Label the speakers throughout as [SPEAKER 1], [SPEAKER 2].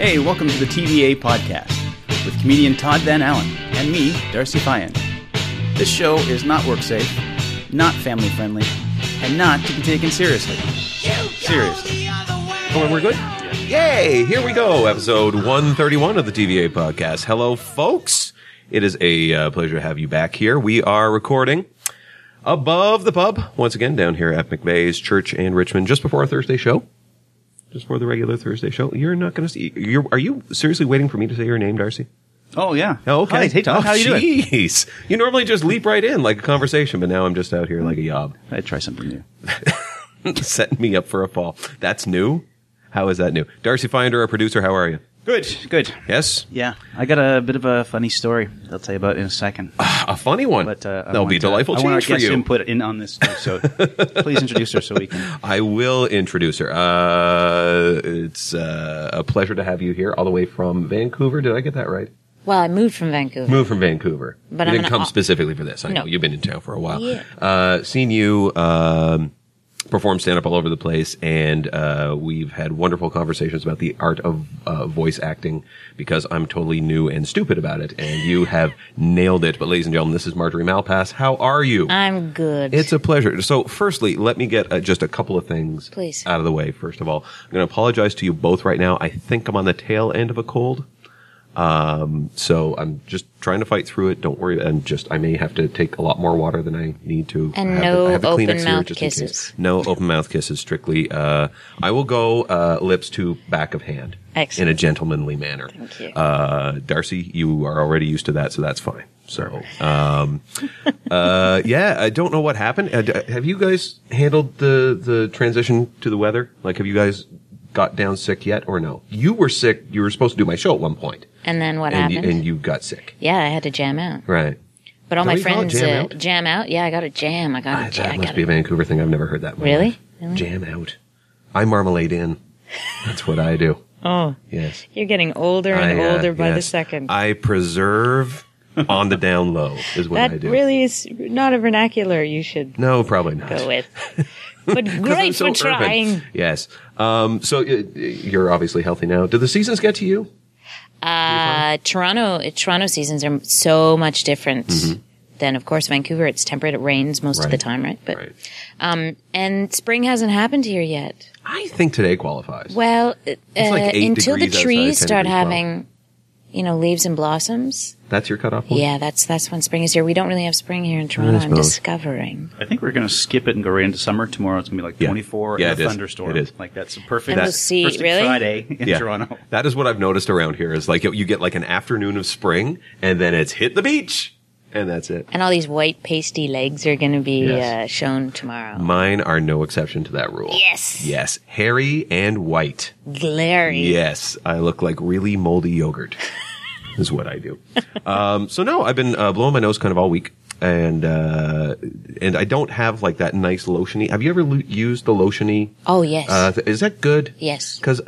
[SPEAKER 1] Hey, welcome to the TVA podcast with comedian Todd Van Allen and me, Darcy Fian. This show is not work safe, not family friendly, and not to be taken seriously. Seriously.
[SPEAKER 2] Oh, we're good? Yay! Here we go. Episode 131 of the TVA podcast. Hello, folks. It is a uh, pleasure to have you back here. We are recording above the pub once again down here at McVeigh's Church in Richmond just before our Thursday show. Just before the regular Thursday show. You're not going to see. You're, are you seriously waiting for me to say your name, Darcy?
[SPEAKER 1] Oh yeah.
[SPEAKER 2] Oh, okay.
[SPEAKER 1] Hi, hey Todd,
[SPEAKER 2] Oh,
[SPEAKER 1] how you doing?
[SPEAKER 2] Jeez. You normally just leap right in like a conversation, but now I'm just out here like a yob.
[SPEAKER 1] I try something new.
[SPEAKER 2] Setting me up for a fall. That's new? How is that new? Darcy Finder, our producer, how are you?
[SPEAKER 1] Good, good.
[SPEAKER 2] Yes?
[SPEAKER 1] Yeah, I got a bit of a funny story. I'll tell you about in a second.
[SPEAKER 2] A funny one.
[SPEAKER 1] But uh, I
[SPEAKER 2] Ah, That'll be a
[SPEAKER 1] want, uh,
[SPEAKER 2] delightful
[SPEAKER 1] I want our
[SPEAKER 2] change for
[SPEAKER 1] guest
[SPEAKER 2] you.
[SPEAKER 1] input in on this, too, so please introduce her so we can.
[SPEAKER 2] I will introduce her. Uh, it's uh, a pleasure to have you here, all the way from Vancouver. Did I get that right?
[SPEAKER 3] Well, I moved from Vancouver.
[SPEAKER 2] Moved from Vancouver.
[SPEAKER 3] But
[SPEAKER 2] you
[SPEAKER 3] I'm
[SPEAKER 2] didn't
[SPEAKER 3] an
[SPEAKER 2] come
[SPEAKER 3] au-
[SPEAKER 2] specifically for this. I
[SPEAKER 3] No.
[SPEAKER 2] know you've been in town for a while.
[SPEAKER 3] Yeah.
[SPEAKER 2] Uh, seen you um, perform stand up all over the place, and uh, we've had wonderful conversations about the art of uh, voice acting because I'm totally new and stupid about it, and you have nailed it. But, ladies and gentlemen, this is Marjorie Malpass. How are you?
[SPEAKER 3] I'm good.
[SPEAKER 2] It's a pleasure. So, firstly, let me get uh, just a couple of things
[SPEAKER 3] Please.
[SPEAKER 2] out of the way. First of all, I'm going to apologize to you both right now. I think I'm on the tail end of a cold. Um, so I'm just trying to fight through it. Don't worry. And just, I may have to take a lot more water than I need to.
[SPEAKER 3] And
[SPEAKER 2] I have
[SPEAKER 3] no
[SPEAKER 2] I have
[SPEAKER 3] open
[SPEAKER 2] Kleenex here
[SPEAKER 3] mouth
[SPEAKER 2] just in case.
[SPEAKER 3] kisses.
[SPEAKER 2] No open mouth kisses, strictly. Uh, I will go, uh, lips to back of hand.
[SPEAKER 3] Excellent.
[SPEAKER 2] In a gentlemanly manner.
[SPEAKER 3] Thank you.
[SPEAKER 2] Uh, Darcy, you are already used to that, so that's fine. So, um, uh, yeah, I don't know what happened. Uh, d- have you guys handled the, the transition to the weather? Like, have you guys got down sick yet or no? You were sick. You were supposed to do my show at one point.
[SPEAKER 3] and then what
[SPEAKER 2] And you,
[SPEAKER 3] happened?
[SPEAKER 2] and you got sick.
[SPEAKER 3] yeah, I had to jam out.
[SPEAKER 2] Right.
[SPEAKER 3] But all
[SPEAKER 2] Don't
[SPEAKER 3] my
[SPEAKER 2] you call it
[SPEAKER 3] friends
[SPEAKER 2] jam
[SPEAKER 3] uh,
[SPEAKER 2] out? Ah,
[SPEAKER 3] jam out. Yeah, I got a jam. I got a
[SPEAKER 2] That
[SPEAKER 3] jam. I
[SPEAKER 2] must
[SPEAKER 3] got
[SPEAKER 2] be a
[SPEAKER 3] a-
[SPEAKER 2] Vancouver thing. I've never heard that. in my
[SPEAKER 3] Really?
[SPEAKER 2] life. Jam out. I marmalade in. That's what I do.
[SPEAKER 3] oh,
[SPEAKER 2] Yes.
[SPEAKER 3] you're getting older and
[SPEAKER 2] I, uh,
[SPEAKER 3] older by the
[SPEAKER 2] yes.
[SPEAKER 3] second.
[SPEAKER 2] I preserve on the down low is what
[SPEAKER 3] that
[SPEAKER 2] I do.
[SPEAKER 3] really is not a vernacular you should
[SPEAKER 2] No, probably not.
[SPEAKER 3] go with. But
[SPEAKER 2] 'Cause I'm
[SPEAKER 3] great
[SPEAKER 2] so
[SPEAKER 3] for
[SPEAKER 2] urban.
[SPEAKER 3] trying.
[SPEAKER 2] Yes. Um, so uh, you're obviously healthy now. Did the seasons get to you?
[SPEAKER 3] Uh, Toronto, uh, Toronto seasons are so much different than, of course, Vancouver. It's temperate. It rains most of the
[SPEAKER 2] Mm-hmm. Right.
[SPEAKER 3] time, right? But and spring hasn't happened here yet.
[SPEAKER 2] I think today qualifies.
[SPEAKER 3] Well, uh,
[SPEAKER 2] like eight
[SPEAKER 3] until the
[SPEAKER 2] degrees outside,
[SPEAKER 3] trees
[SPEAKER 2] 10
[SPEAKER 3] start
[SPEAKER 2] degrees below.
[SPEAKER 3] having, you know, leaves and blossoms.
[SPEAKER 2] That's your cutoff point?
[SPEAKER 3] Yeah, that's that's when spring is here. We don't really have spring here in Toronto. I'm
[SPEAKER 2] suppose.
[SPEAKER 3] discovering.
[SPEAKER 1] I think we're going to skip it and go right into summer. Tomorrow it's going to be like
[SPEAKER 2] Yeah.
[SPEAKER 1] 24
[SPEAKER 2] Yeah,
[SPEAKER 1] and
[SPEAKER 2] it
[SPEAKER 1] a
[SPEAKER 2] is.
[SPEAKER 1] thunderstorm.
[SPEAKER 2] It is.
[SPEAKER 1] Like that's a perfect
[SPEAKER 3] And we'll see,
[SPEAKER 1] first
[SPEAKER 3] really?
[SPEAKER 1] Friday in
[SPEAKER 2] Yeah.
[SPEAKER 1] Toronto.
[SPEAKER 2] That is what I've noticed around here is like you- you get like an afternoon of spring and then it's hit the beach and that's it.
[SPEAKER 3] And all these white pasty legs are going to be
[SPEAKER 2] Yes.
[SPEAKER 3] uh, shown tomorrow.
[SPEAKER 2] Mine are no exception to that rule.
[SPEAKER 3] Yes.
[SPEAKER 2] Yes. Hairy and white.
[SPEAKER 3] Glary.
[SPEAKER 2] Yes. I look like really moldy yogurt, is what I do. Um, so no, I've been uh, blowing my nose kind of all week. And, uh, and I don't have like that nice lotiony. Have you ever lo- used the lotiony?
[SPEAKER 3] Oh yes.
[SPEAKER 2] Uh, th- is that good?
[SPEAKER 3] Yes.
[SPEAKER 2] Because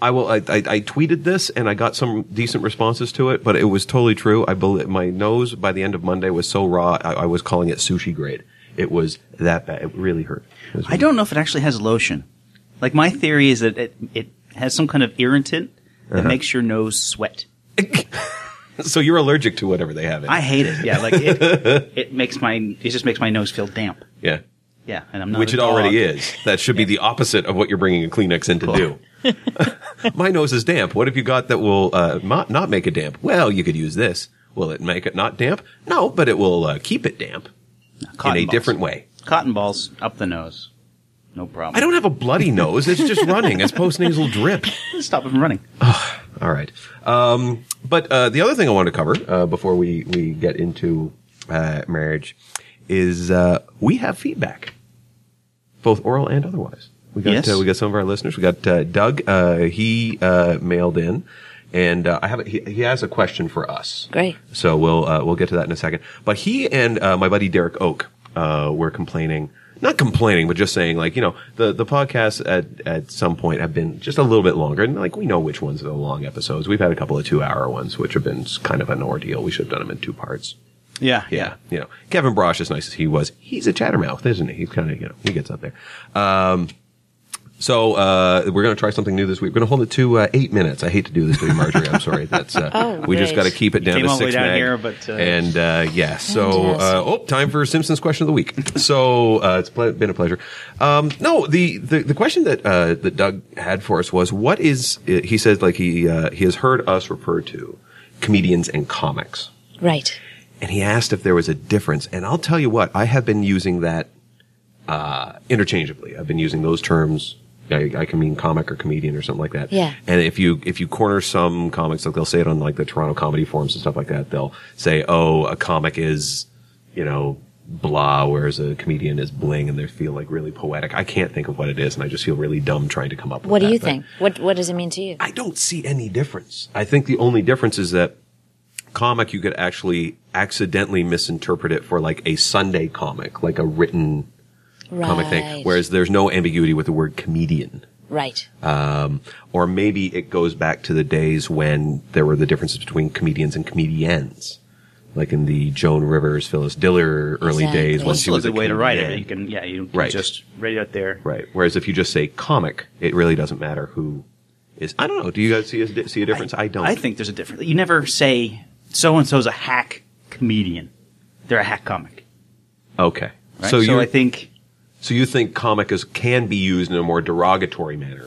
[SPEAKER 2] I will. I, I, I tweeted this and I got some decent responses to it, but it was totally true. I bel my nose by the end of Monday was so raw. I, I was calling it sushi grade. It was that bad. It really hurt. It was
[SPEAKER 1] I don't know if it actually has lotion. Like my theory is that it, it has some kind of irritant that
[SPEAKER 2] Uh-huh.
[SPEAKER 1] makes your nose sweat.
[SPEAKER 2] so you're allergic to whatever they have in. it.
[SPEAKER 1] I hate it. Yeah, like it, it makes my it just makes my nose feel damp.
[SPEAKER 2] yeah.
[SPEAKER 1] Yeah, and I'm not
[SPEAKER 2] Which
[SPEAKER 1] a
[SPEAKER 2] it already
[SPEAKER 1] dog.
[SPEAKER 2] is. That should be the opposite of what you're bringing a Kleenex in to do. My nose is damp. What have you got that will uh, not, not make it damp? Well, you could use this. Will it make it not damp? No, but it will uh, keep it damp
[SPEAKER 1] Cotton
[SPEAKER 2] in a
[SPEAKER 1] balls.
[SPEAKER 2] different way.
[SPEAKER 1] Cotton balls up the nose. No problem.
[SPEAKER 2] I don't have a bloody nose. It's just running. It's postnasal drip.
[SPEAKER 1] don't stop it from running.
[SPEAKER 2] All right. Um, but uh, the other thing I want to cover uh, before we we get into uh, marriage is uh, we have feedback, both oral and otherwise. We got
[SPEAKER 1] Yes.
[SPEAKER 2] uh, we got some of our listeners. We got uh, Doug. Uh, he uh, mailed in, and uh, I have a, he, he has a question for us.
[SPEAKER 3] Great.
[SPEAKER 2] So we'll uh, we'll get to that in a second. But he and uh, my buddy Derek Oak uh, were complaining, not complaining, but just saying like you know the the podcasts at at some point have been just a little bit longer, and like we know which ones are the long episodes. We've had a couple of two hour ones, which have been kind of an ordeal. We should have done them in two parts.
[SPEAKER 1] Yeah,
[SPEAKER 2] Yeah, you know Kevin Brosh, as nice as he was, he's a chattermouth, isn't he? He's kind of you know he gets up there. Um, So uh, we're going to try something new this week. We're going to hold it to uh, eight minutes. I hate to do this to you, Marjorie. I'm sorry. That's uh,
[SPEAKER 3] Oh,
[SPEAKER 2] we just got
[SPEAKER 3] right.
[SPEAKER 2] to keep it down
[SPEAKER 1] Came
[SPEAKER 2] to
[SPEAKER 1] all the way
[SPEAKER 2] six
[SPEAKER 1] down
[SPEAKER 2] mag.
[SPEAKER 1] here, but, uh,
[SPEAKER 2] and uh, yeah. So
[SPEAKER 3] Yes.
[SPEAKER 2] uh, oh, time for Simpsons question of the week. So uh, it's ple- been a pleasure. Um, no, the, the the question that uh, that Doug had for us was what is he says like he uh, he has heard us refer to comedians and comics
[SPEAKER 3] Right.
[SPEAKER 2] and he asked if there was a difference. And I'll tell you what, I have been using that uh, interchangeably. I've been using those terms. I, I can mean comic or comedian or something like that.
[SPEAKER 3] Yeah.
[SPEAKER 2] And if you if you corner some comics, like they'll say it on like the Toronto comedy forums and stuff like that. They'll say, "Oh, a comic is, you know." Blah, whereas a comedian is bling, and they feel like really poetic. I can't think of what it is, and I just feel really dumb trying to come up with
[SPEAKER 3] What do
[SPEAKER 2] that,
[SPEAKER 3] you
[SPEAKER 2] but-
[SPEAKER 3] think? What What does it mean to you?
[SPEAKER 2] I don't see any difference. I think the only difference is that comic you could actually accidentally misinterpret it for like a Sunday comic, like a written
[SPEAKER 3] right.
[SPEAKER 2] comic thing. Whereas there's no ambiguity with the word comedian.
[SPEAKER 3] right.
[SPEAKER 2] Um, or maybe it goes back to the days when there were the differences between comedians and comedians. Like in the Joan Rivers, Phyllis Diller early
[SPEAKER 3] Exactly.
[SPEAKER 2] days when
[SPEAKER 3] Well,
[SPEAKER 2] she
[SPEAKER 1] Still
[SPEAKER 2] was
[SPEAKER 1] is a
[SPEAKER 2] a
[SPEAKER 1] way to write it.
[SPEAKER 2] comedian.
[SPEAKER 1] You can, yeah, you can
[SPEAKER 2] Right.
[SPEAKER 1] just write it out there.
[SPEAKER 2] Right. Whereas if you just say comic, it really doesn't matter who is. I don't know. Do you guys see a, see a difference? I, don't.
[SPEAKER 1] I think there's a difference. You never say so and so's a hack comedian. They're a hack comic.
[SPEAKER 2] Okay.
[SPEAKER 1] Right?
[SPEAKER 2] So, you
[SPEAKER 1] I think
[SPEAKER 2] so you think comic is can be used in a more derogatory manner?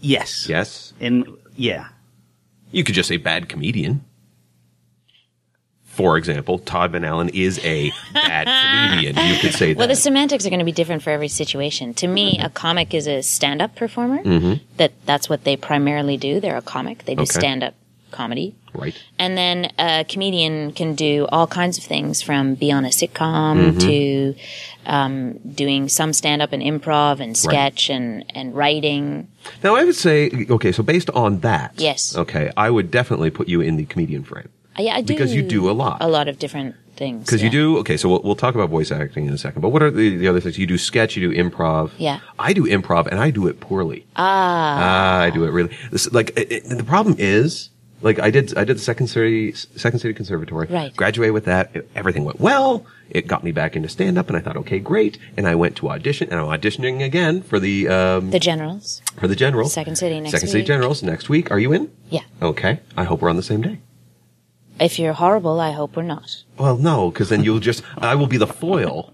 [SPEAKER 1] yes.
[SPEAKER 2] Yes.
[SPEAKER 1] And yeah.
[SPEAKER 2] You could just say bad comedian. For example, Todd Van Allen is a bad comedian. You could say
[SPEAKER 3] Well, the
[SPEAKER 2] that.
[SPEAKER 3] semantics are going to be different for every situation. To me, a comic is a stand-up performer. That that's what they primarily do. They're a comic. They do
[SPEAKER 2] Mm-hmm. Okay.
[SPEAKER 3] stand-up comedy.
[SPEAKER 2] right.
[SPEAKER 3] And then a comedian can do all kinds of things from be on a
[SPEAKER 2] Mm-hmm.
[SPEAKER 3] sitcom to um, doing some stand up and improv and sketch and, and writing.
[SPEAKER 2] Now I would say okay. So based on that,
[SPEAKER 3] Yes.
[SPEAKER 2] Okay, I would definitely put you in the comedian frame.
[SPEAKER 3] I, I do
[SPEAKER 2] Because you do a lot.
[SPEAKER 3] A lot of different things.
[SPEAKER 2] Because you
[SPEAKER 3] yeah.
[SPEAKER 2] do okay, so we'll, we'll talk about voice acting in a second. But what are the, the other things you do? Sketch, you do improv.
[SPEAKER 3] Yeah.
[SPEAKER 2] I do improv, and I do it poorly. Ah, I do it really. This, like it, it- the problem is, like I did, I did the second city, second city conservatory.
[SPEAKER 3] Right.
[SPEAKER 2] Graduated with that. It- everything went well. It got me back into stand up, and I thought, okay, great. And I went to audition, and I'm auditioning again for the um,
[SPEAKER 3] The generals.
[SPEAKER 2] for the general
[SPEAKER 3] Second City next
[SPEAKER 2] second city
[SPEAKER 3] week.
[SPEAKER 2] generals next week. Are you in?
[SPEAKER 3] Yeah.
[SPEAKER 2] Okay, I hope we're on the same day.
[SPEAKER 3] If you're horrible, I hope we're not.
[SPEAKER 2] Well, no, because then you'll just, I will be the foil.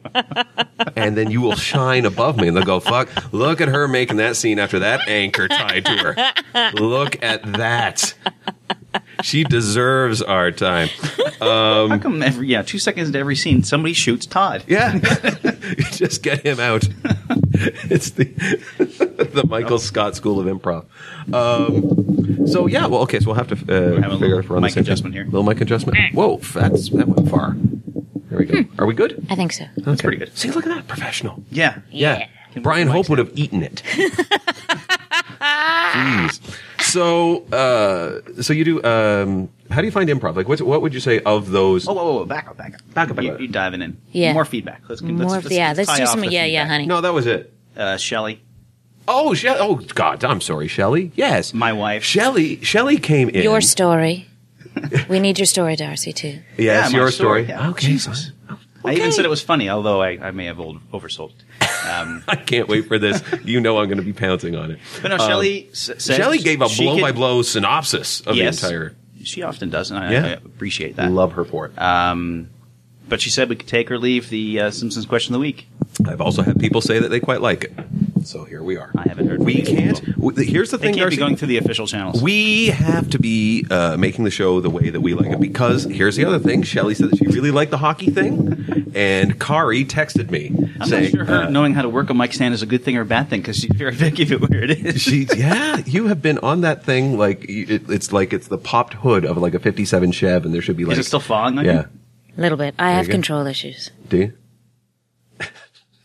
[SPEAKER 2] and then you will shine above me. And they'll go, fuck, look at her making that scene after that anchor tied to her. Look at that. She deserves our time.
[SPEAKER 1] How come every yeah, two seconds into every scene somebody shoots Todd?
[SPEAKER 2] Um, Yeah. just get him out. it's the, the Michael Scott School of Improv. Um, so, yeah, well, okay, so we'll have to uh,
[SPEAKER 1] having a little
[SPEAKER 2] figure out if we're on the
[SPEAKER 1] mic
[SPEAKER 2] same page.
[SPEAKER 1] adjustment here.
[SPEAKER 2] Little mic adjustment. Whoa, that's, that went far. There we go.
[SPEAKER 1] Hmm.
[SPEAKER 2] Are we good?
[SPEAKER 3] I think so.
[SPEAKER 2] That's
[SPEAKER 1] pretty good.
[SPEAKER 2] See, look at that, professional.
[SPEAKER 1] Yeah.
[SPEAKER 2] Yeah.
[SPEAKER 1] Yeah.
[SPEAKER 2] Brian Hope would have eaten it. Jeez. So, uh, so you do. Um, how do you find improv? Like, what's, what would you say of those?
[SPEAKER 1] Oh, whoa, whoa, whoa, back up, back up,
[SPEAKER 2] Back up, back
[SPEAKER 1] You,
[SPEAKER 2] up.
[SPEAKER 1] you diving in.
[SPEAKER 3] Yeah.
[SPEAKER 1] More feedback. Let's get
[SPEAKER 3] More,
[SPEAKER 1] let's, let's,
[SPEAKER 3] yeah, let's
[SPEAKER 1] tie
[SPEAKER 3] do
[SPEAKER 1] off
[SPEAKER 3] some.
[SPEAKER 1] the
[SPEAKER 3] Yeah, yeah,
[SPEAKER 1] feedback.
[SPEAKER 3] honey.
[SPEAKER 2] No, that was it.
[SPEAKER 1] Uh, Shelley,
[SPEAKER 2] Oh, she- oh, God, I'm sorry, Shelley. Yes,
[SPEAKER 1] my wife.
[SPEAKER 2] Shelley. Shelley came in.
[SPEAKER 3] Your story. we need your story, Darcy, too.
[SPEAKER 2] Yes,
[SPEAKER 1] Yeah, my
[SPEAKER 2] your story.
[SPEAKER 1] story. Yeah.
[SPEAKER 2] Okay,
[SPEAKER 1] Jesus.
[SPEAKER 2] fine.
[SPEAKER 1] I even
[SPEAKER 2] Okay.
[SPEAKER 1] said it was funny, although I, I may have old, oversold. it. Um,
[SPEAKER 2] I can't wait for this. You know I'm going to be pouncing on it.
[SPEAKER 1] but no, Shelley s- said
[SPEAKER 2] Um, Shelley gave a
[SPEAKER 1] she
[SPEAKER 2] blow
[SPEAKER 1] could-
[SPEAKER 2] by blow synopsis of
[SPEAKER 1] Yes.
[SPEAKER 2] the entire.
[SPEAKER 1] She often does, and I,
[SPEAKER 2] Yeah.
[SPEAKER 1] I appreciate
[SPEAKER 2] I
[SPEAKER 1] that.
[SPEAKER 2] love her for it.
[SPEAKER 1] Um, but she said we could take or leave the uh, Simpsons question of the week.
[SPEAKER 2] I've also had people say that they quite like it. So here we are.
[SPEAKER 1] I haven't heard.
[SPEAKER 2] We
[SPEAKER 1] from these
[SPEAKER 2] can't.
[SPEAKER 1] people.
[SPEAKER 2] w- Here's the
[SPEAKER 1] They
[SPEAKER 2] thing,
[SPEAKER 1] can't
[SPEAKER 2] Darcy.
[SPEAKER 1] be going through the official channels.
[SPEAKER 2] we have to be uh, making the show the way that we like it because here's the other thing. Shelly said that she really liked the hockey thing, and Kari texted me
[SPEAKER 1] I'm
[SPEAKER 2] saying,
[SPEAKER 1] not sure her
[SPEAKER 2] uh,
[SPEAKER 1] knowing how to work a mic stand is a good thing or a bad thing because she's very picky about where it is.
[SPEAKER 2] she, "Yeah, you have been on that thing like y- it, it's like it's the popped hood of like a '57 Chev, and there should be like
[SPEAKER 1] is it still fogging? on you?
[SPEAKER 2] yeah,
[SPEAKER 3] A little bit. I have
[SPEAKER 2] go.
[SPEAKER 3] control issues.
[SPEAKER 2] Do you?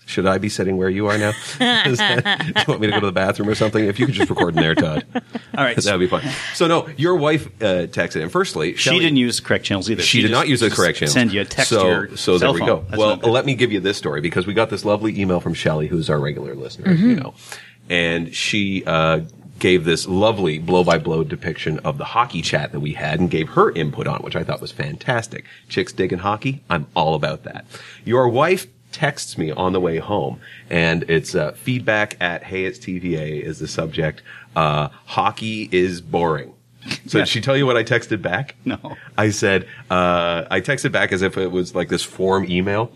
[SPEAKER 2] Should I be sitting where you are now? Is that- do you want me to go to the bathroom or something? If you could just record in there, Todd.
[SPEAKER 1] All right.
[SPEAKER 2] that would be fun. So no, your wife uh, texted, and firstly,
[SPEAKER 1] She
[SPEAKER 2] Shelley-
[SPEAKER 1] didn't use correct channels either.
[SPEAKER 2] She, did
[SPEAKER 1] just-
[SPEAKER 2] not use the
[SPEAKER 1] just
[SPEAKER 2] correct channel.
[SPEAKER 1] Send you a text.
[SPEAKER 2] So,
[SPEAKER 1] to your
[SPEAKER 2] so there
[SPEAKER 1] cell
[SPEAKER 2] we
[SPEAKER 1] phone.
[SPEAKER 2] go.
[SPEAKER 1] That's
[SPEAKER 2] well,
[SPEAKER 1] not good.
[SPEAKER 2] let me give you this story because we got this lovely email from Shelley, who's our regular listener, as you know, and she uh, gave this lovely blow-by-blow depiction of the hockey chat that we had and gave her input on, it, which I thought was fantastic. Chicks digging hockey, I'm all about that. Your wife texts me on the way home, and it's uh, feedback at Hey It's TVA is the subject. Uh, hockey is boring. So
[SPEAKER 1] Yeah.
[SPEAKER 2] did she tell you what I texted back?
[SPEAKER 1] No.
[SPEAKER 2] I said, uh, I texted back as if it was like this form email.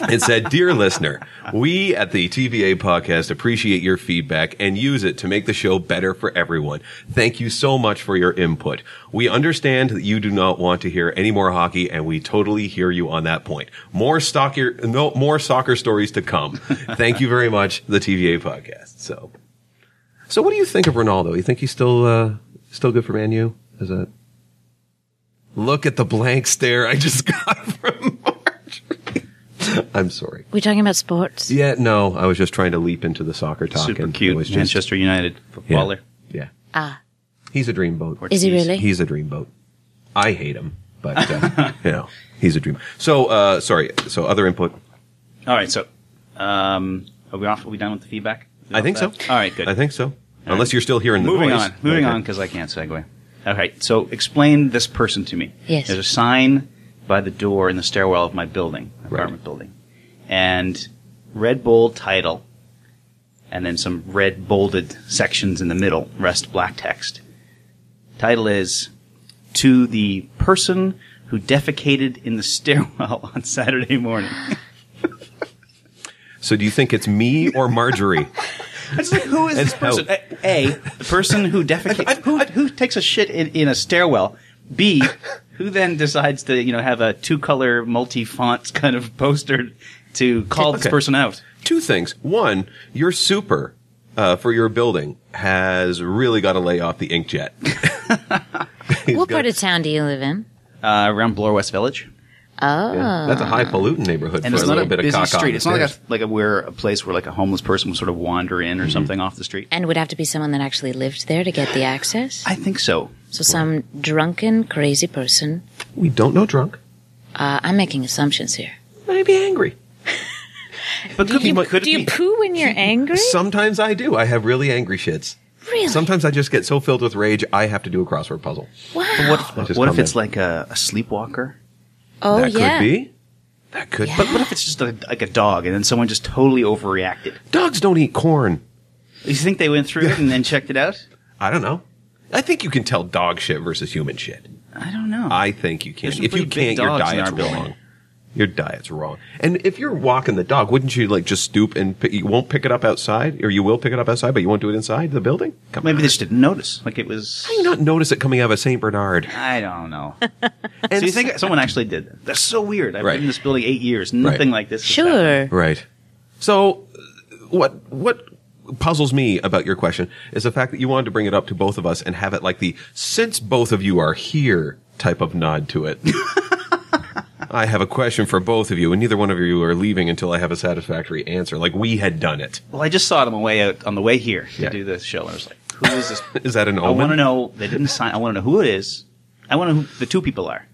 [SPEAKER 2] It said, Dear listener, we at the TVA podcast appreciate your feedback and use it to make the show better for everyone. Thank you so much for your input. We understand that you do not want to hear any more hockey and we totally hear you on that point. More soccer, no, more soccer stories to come. Thank you very much, the TVA podcast. So, so what do you think of Ronaldo? You think he's still, uh, still good for Man U? Is that? Look at the blank stare I just got from Marjorie. I'm sorry.
[SPEAKER 3] We're talking about sports.
[SPEAKER 2] Yeah, no, I was just trying to leap into the soccer talk.
[SPEAKER 1] Super
[SPEAKER 2] and it
[SPEAKER 1] cute
[SPEAKER 2] was just-
[SPEAKER 1] Manchester United
[SPEAKER 2] yeah,
[SPEAKER 1] footballer.
[SPEAKER 2] Yeah.
[SPEAKER 3] Ah,
[SPEAKER 2] He's a dreamboat.
[SPEAKER 3] is he
[SPEAKER 1] Jeez.
[SPEAKER 3] really?
[SPEAKER 2] He's a dreamboat. I hate him, but, uh, you know, he's a dream. So, uh, sorry. So, other input.
[SPEAKER 1] All right, so um, are we off? Are we done with the feedback?
[SPEAKER 2] I think so.
[SPEAKER 1] All right, good.
[SPEAKER 2] I think so. Unless you're still hearing the
[SPEAKER 1] Moving
[SPEAKER 2] voice.
[SPEAKER 1] on, moving
[SPEAKER 2] Okay.
[SPEAKER 1] on, because I can't segue. All right, so explain this person to me.
[SPEAKER 3] Yes.
[SPEAKER 1] There's a sign by the door in the stairwell of my building, my
[SPEAKER 2] Right.
[SPEAKER 1] apartment building, and red bold title, and then some red bolded sections in the middle, rest black text. Title is To the Person Who Defecated in the Stairwell on Saturday Morning.
[SPEAKER 2] So, do you think it's me or Marjorie?
[SPEAKER 1] It's like, who is this
[SPEAKER 2] And
[SPEAKER 1] person? A, A, the person who defecates, who, who takes a shit in, in a stairwell. B, who then decides to, you know, have a two color multi font kind of poster to call this
[SPEAKER 2] Okay.
[SPEAKER 1] person out.
[SPEAKER 2] two things. One, your super uh, for your building has really got to lay off the inkjet. He's
[SPEAKER 3] what
[SPEAKER 2] got-
[SPEAKER 3] part of town do you live in?
[SPEAKER 1] Uh, around Bloor West Village.
[SPEAKER 3] Oh,
[SPEAKER 2] Yeah, that's a highfalutin neighborhood
[SPEAKER 1] And
[SPEAKER 2] for
[SPEAKER 1] it's
[SPEAKER 2] a
[SPEAKER 1] not
[SPEAKER 2] little
[SPEAKER 1] a
[SPEAKER 2] bit of
[SPEAKER 1] busy
[SPEAKER 2] cock
[SPEAKER 1] street.
[SPEAKER 2] on
[SPEAKER 1] It's not like a,
[SPEAKER 2] stairs.
[SPEAKER 1] like a, where a place where like a homeless person would sort of wander in or
[SPEAKER 2] Mm-hmm.
[SPEAKER 1] something off the street.
[SPEAKER 3] and would have to be someone that actually lived there to get the access.
[SPEAKER 1] I think so.
[SPEAKER 3] So some drunken, crazy person.
[SPEAKER 2] we don't know drunk,
[SPEAKER 3] Uh, I'm making assumptions here.
[SPEAKER 2] maybe angry.
[SPEAKER 1] But could,
[SPEAKER 2] you-
[SPEAKER 1] be, could it
[SPEAKER 3] Do you
[SPEAKER 1] be?
[SPEAKER 3] poo when you're angry?
[SPEAKER 2] Sometimes I do. I have really angry shits.
[SPEAKER 3] really?
[SPEAKER 2] Sometimes I just get so filled with rage I have to do a crossword puzzle.
[SPEAKER 3] wow.
[SPEAKER 1] What if,
[SPEAKER 2] just
[SPEAKER 1] what if
[SPEAKER 2] come
[SPEAKER 1] it's
[SPEAKER 2] in.
[SPEAKER 1] like a, a sleepwalker?
[SPEAKER 3] oh
[SPEAKER 2] that
[SPEAKER 3] yeah.
[SPEAKER 2] could be. That could.
[SPEAKER 1] But what if it's just a, like a dog and then someone just totally overreacted?
[SPEAKER 2] But dogs don't eat corn.
[SPEAKER 1] You think they went through it and then checked it out?
[SPEAKER 2] I don't know. I think you can tell dog shit versus human shit.
[SPEAKER 1] I don't know.
[SPEAKER 2] I think you can.
[SPEAKER 1] There's some
[SPEAKER 2] If you
[SPEAKER 1] pretty big
[SPEAKER 2] can't, your
[SPEAKER 1] dogs in
[SPEAKER 2] diet's
[SPEAKER 1] our building.
[SPEAKER 2] wrong. Your diet's wrong. And if you're walking the dog, wouldn't you like just stoop and pick, you won't pick it up outside, or you will pick it up outside, but you won't do it inside the building? Come
[SPEAKER 1] Maybe
[SPEAKER 2] on.
[SPEAKER 1] they just didn't notice. Like it was.
[SPEAKER 2] How do you not notice it coming out of a Saint Bernard?
[SPEAKER 1] I don't know.
[SPEAKER 2] And
[SPEAKER 1] so you think someone actually did that? That's so weird. I've
[SPEAKER 2] Right.
[SPEAKER 1] been in this building eight years. Nothing like this. has happened.
[SPEAKER 3] Sure.
[SPEAKER 2] Right. So, uh, what what puzzles me about your question is the fact that you wanted to bring it up to both of us and have it like the since both of you are here type of nod to it. I have a question for both of you, and neither one of you are leaving until I have a satisfactory answer. Like we had done it.
[SPEAKER 1] Well, I just saw it on the way out on the way here to
[SPEAKER 2] Yeah.
[SPEAKER 1] do the show, and I was like, "Who is this?"
[SPEAKER 2] Is that an
[SPEAKER 1] I
[SPEAKER 2] omen?
[SPEAKER 1] want to know. They didn't sign. I want to know who it is. I want to know who the two people are: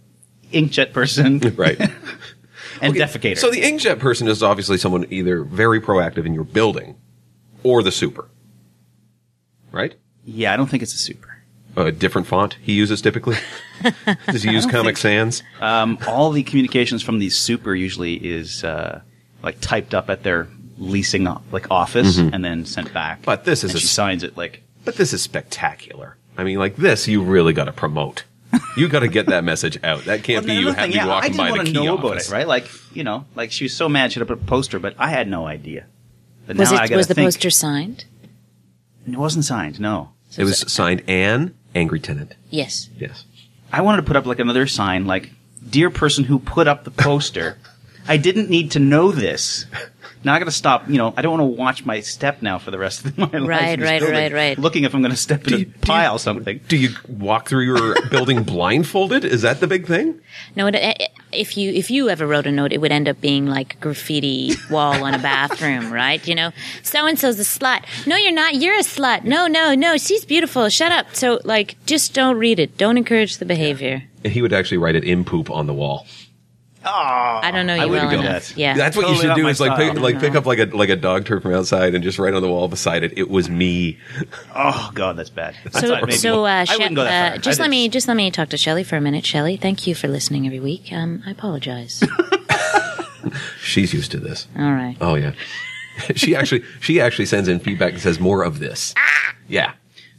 [SPEAKER 1] inkjet person
[SPEAKER 2] Right.
[SPEAKER 1] and
[SPEAKER 2] Okay,
[SPEAKER 1] defecator.
[SPEAKER 2] So the inkjet person is obviously someone either very proactive in your building, or the super. Right.
[SPEAKER 1] yeah, I don't think it's a super.
[SPEAKER 2] A different font he uses typically. Does he use Comic Sans?
[SPEAKER 1] Um, all the communications from the super usually is uh, like typed up at their leasing o- like office and then sent back.
[SPEAKER 2] Mm-hmm. But this is
[SPEAKER 1] and
[SPEAKER 2] a
[SPEAKER 1] she
[SPEAKER 2] s-
[SPEAKER 1] signs it like
[SPEAKER 2] But this is spectacular. I mean, like this, you really got to promote. You got to get that message out. That can't
[SPEAKER 1] Well,
[SPEAKER 2] be
[SPEAKER 1] and
[SPEAKER 2] you
[SPEAKER 1] another
[SPEAKER 2] have
[SPEAKER 1] thing,
[SPEAKER 2] me
[SPEAKER 1] yeah, I
[SPEAKER 2] walking
[SPEAKER 1] didn't
[SPEAKER 2] by the
[SPEAKER 1] wanna
[SPEAKER 2] key
[SPEAKER 1] know about
[SPEAKER 2] office.
[SPEAKER 1] it, right? Like you know, like she was so mad she had to put a poster, but I had no idea. But
[SPEAKER 3] Was
[SPEAKER 1] now I
[SPEAKER 3] it?
[SPEAKER 1] gotta
[SPEAKER 3] Was the
[SPEAKER 1] think,
[SPEAKER 3] poster signed?
[SPEAKER 1] It wasn't signed. No,
[SPEAKER 2] It was signed Anne Angry Tenant.
[SPEAKER 3] Yes.
[SPEAKER 2] Yes.
[SPEAKER 1] I wanted to put up like another sign, like "Dear person who put up the poster, I didn't need to know this." Now I got to stop. You know, I don't want to watch my step now for the rest of my life. in
[SPEAKER 3] Right,
[SPEAKER 1] this
[SPEAKER 3] right,
[SPEAKER 1] building,
[SPEAKER 3] right, right.
[SPEAKER 1] Looking if I'm going to step in
[SPEAKER 2] Do
[SPEAKER 1] a
[SPEAKER 2] you- do you-
[SPEAKER 1] pile something.
[SPEAKER 2] Do you walk through your building blindfolded? Is that the big thing?
[SPEAKER 3] No. It, it, if you if you ever wrote a note, it would end up being like graffiti wall on a bathroom, right? You know, so and so's a slut. No, you're not. You're a slut. No, no, no. She's beautiful. Shut up. So like, just don't read it. Don't encourage the behavior.
[SPEAKER 2] And he would actually write it in poop on the wall.
[SPEAKER 1] Ah,
[SPEAKER 3] I don't know you
[SPEAKER 1] wouldn't
[SPEAKER 3] well
[SPEAKER 1] do
[SPEAKER 3] enough.
[SPEAKER 1] that.
[SPEAKER 3] Yeah.
[SPEAKER 2] That's what
[SPEAKER 1] Totally
[SPEAKER 2] you should
[SPEAKER 1] not
[SPEAKER 2] do.
[SPEAKER 1] my
[SPEAKER 2] Is like pick,
[SPEAKER 1] style.
[SPEAKER 2] like pick up like a like a dog turd from outside and just write on the wall beside it. It was me.
[SPEAKER 1] Oh God, that's bad. That's
[SPEAKER 3] So,
[SPEAKER 1] not- maybe-
[SPEAKER 3] so uh,
[SPEAKER 1] I
[SPEAKER 3] She-
[SPEAKER 1] wouldn't go that
[SPEAKER 3] uh,
[SPEAKER 1] far.
[SPEAKER 3] just
[SPEAKER 1] I
[SPEAKER 3] let me
[SPEAKER 1] didn't-
[SPEAKER 3] just let me talk to Shelly for a minute. Shelly, thank you for listening every week. Um, I apologize.
[SPEAKER 2] She's used to this.
[SPEAKER 3] All right.
[SPEAKER 2] Oh yeah. she actually she actually sends in feedback and says more of this. Yeah.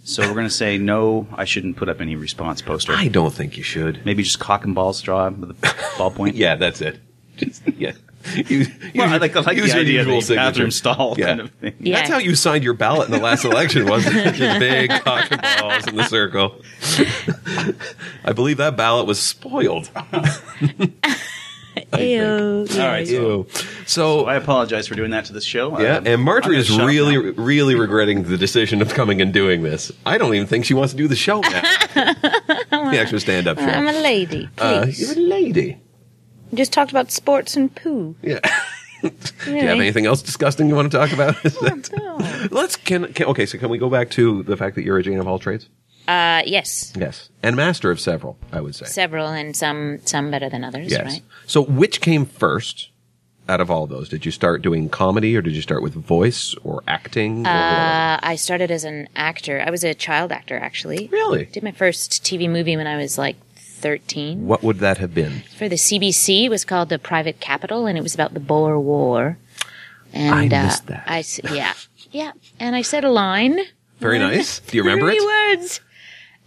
[SPEAKER 1] So we're gonna say no. I shouldn't put up any response poster.
[SPEAKER 2] I don't think you should.
[SPEAKER 1] Maybe just cock and ball straw with a ballpoint.
[SPEAKER 2] Yeah, that's it. Just, yeah. You,
[SPEAKER 1] Well, I like, I like
[SPEAKER 2] use
[SPEAKER 1] the
[SPEAKER 2] your
[SPEAKER 1] idea of
[SPEAKER 2] usual
[SPEAKER 1] a bathroom
[SPEAKER 2] signature.
[SPEAKER 1] stall
[SPEAKER 2] Yeah.
[SPEAKER 1] kind of thing.
[SPEAKER 3] Yeah.
[SPEAKER 2] That's how you signed your ballot in the last election, wasn't it? Just big cock and balls in the circle. I believe that ballot was spoiled.
[SPEAKER 3] Ew.
[SPEAKER 1] All right. So
[SPEAKER 2] Ew. So,
[SPEAKER 1] I apologize for doing that to this show.
[SPEAKER 2] yeah,
[SPEAKER 1] Um,
[SPEAKER 2] and Marjorie
[SPEAKER 1] I'm
[SPEAKER 2] is
[SPEAKER 1] gonna shut up
[SPEAKER 2] really,
[SPEAKER 1] now.
[SPEAKER 2] really regretting the decision of coming and doing this. I don't even think she wants to do the show now. the actual stand-up show.
[SPEAKER 3] I'm a lady.
[SPEAKER 2] Uh,
[SPEAKER 3] Please.
[SPEAKER 2] you're a lady.
[SPEAKER 3] We just talked about sports and poo.
[SPEAKER 2] Yeah. Do you have anything else disgusting you want to talk about? Is
[SPEAKER 3] Oh,
[SPEAKER 2] that- Let's can, can okay. So can we go back to the fact that you're a Jane of all trades?
[SPEAKER 3] Uh, yes.
[SPEAKER 2] Yes, and master of several. I would say.
[SPEAKER 3] Several and some some better than others,
[SPEAKER 2] yes.
[SPEAKER 3] right?
[SPEAKER 2] So which came first? Out of all those, did you start doing comedy, or did you start with voice or acting? or
[SPEAKER 3] Uh, I started as an actor. I was a child actor, actually.
[SPEAKER 2] Really?
[SPEAKER 3] Did my first TV movie when I was like 13.
[SPEAKER 2] what would that have been?
[SPEAKER 3] For the CBC, it was called The Private Capital, and it was about the Boer War. And,
[SPEAKER 2] I missed
[SPEAKER 3] uh,
[SPEAKER 2] that.
[SPEAKER 3] I s- yeah, yeah. And I said a line.
[SPEAKER 2] Very nice. Do you remember
[SPEAKER 3] Three
[SPEAKER 2] it?
[SPEAKER 3] words.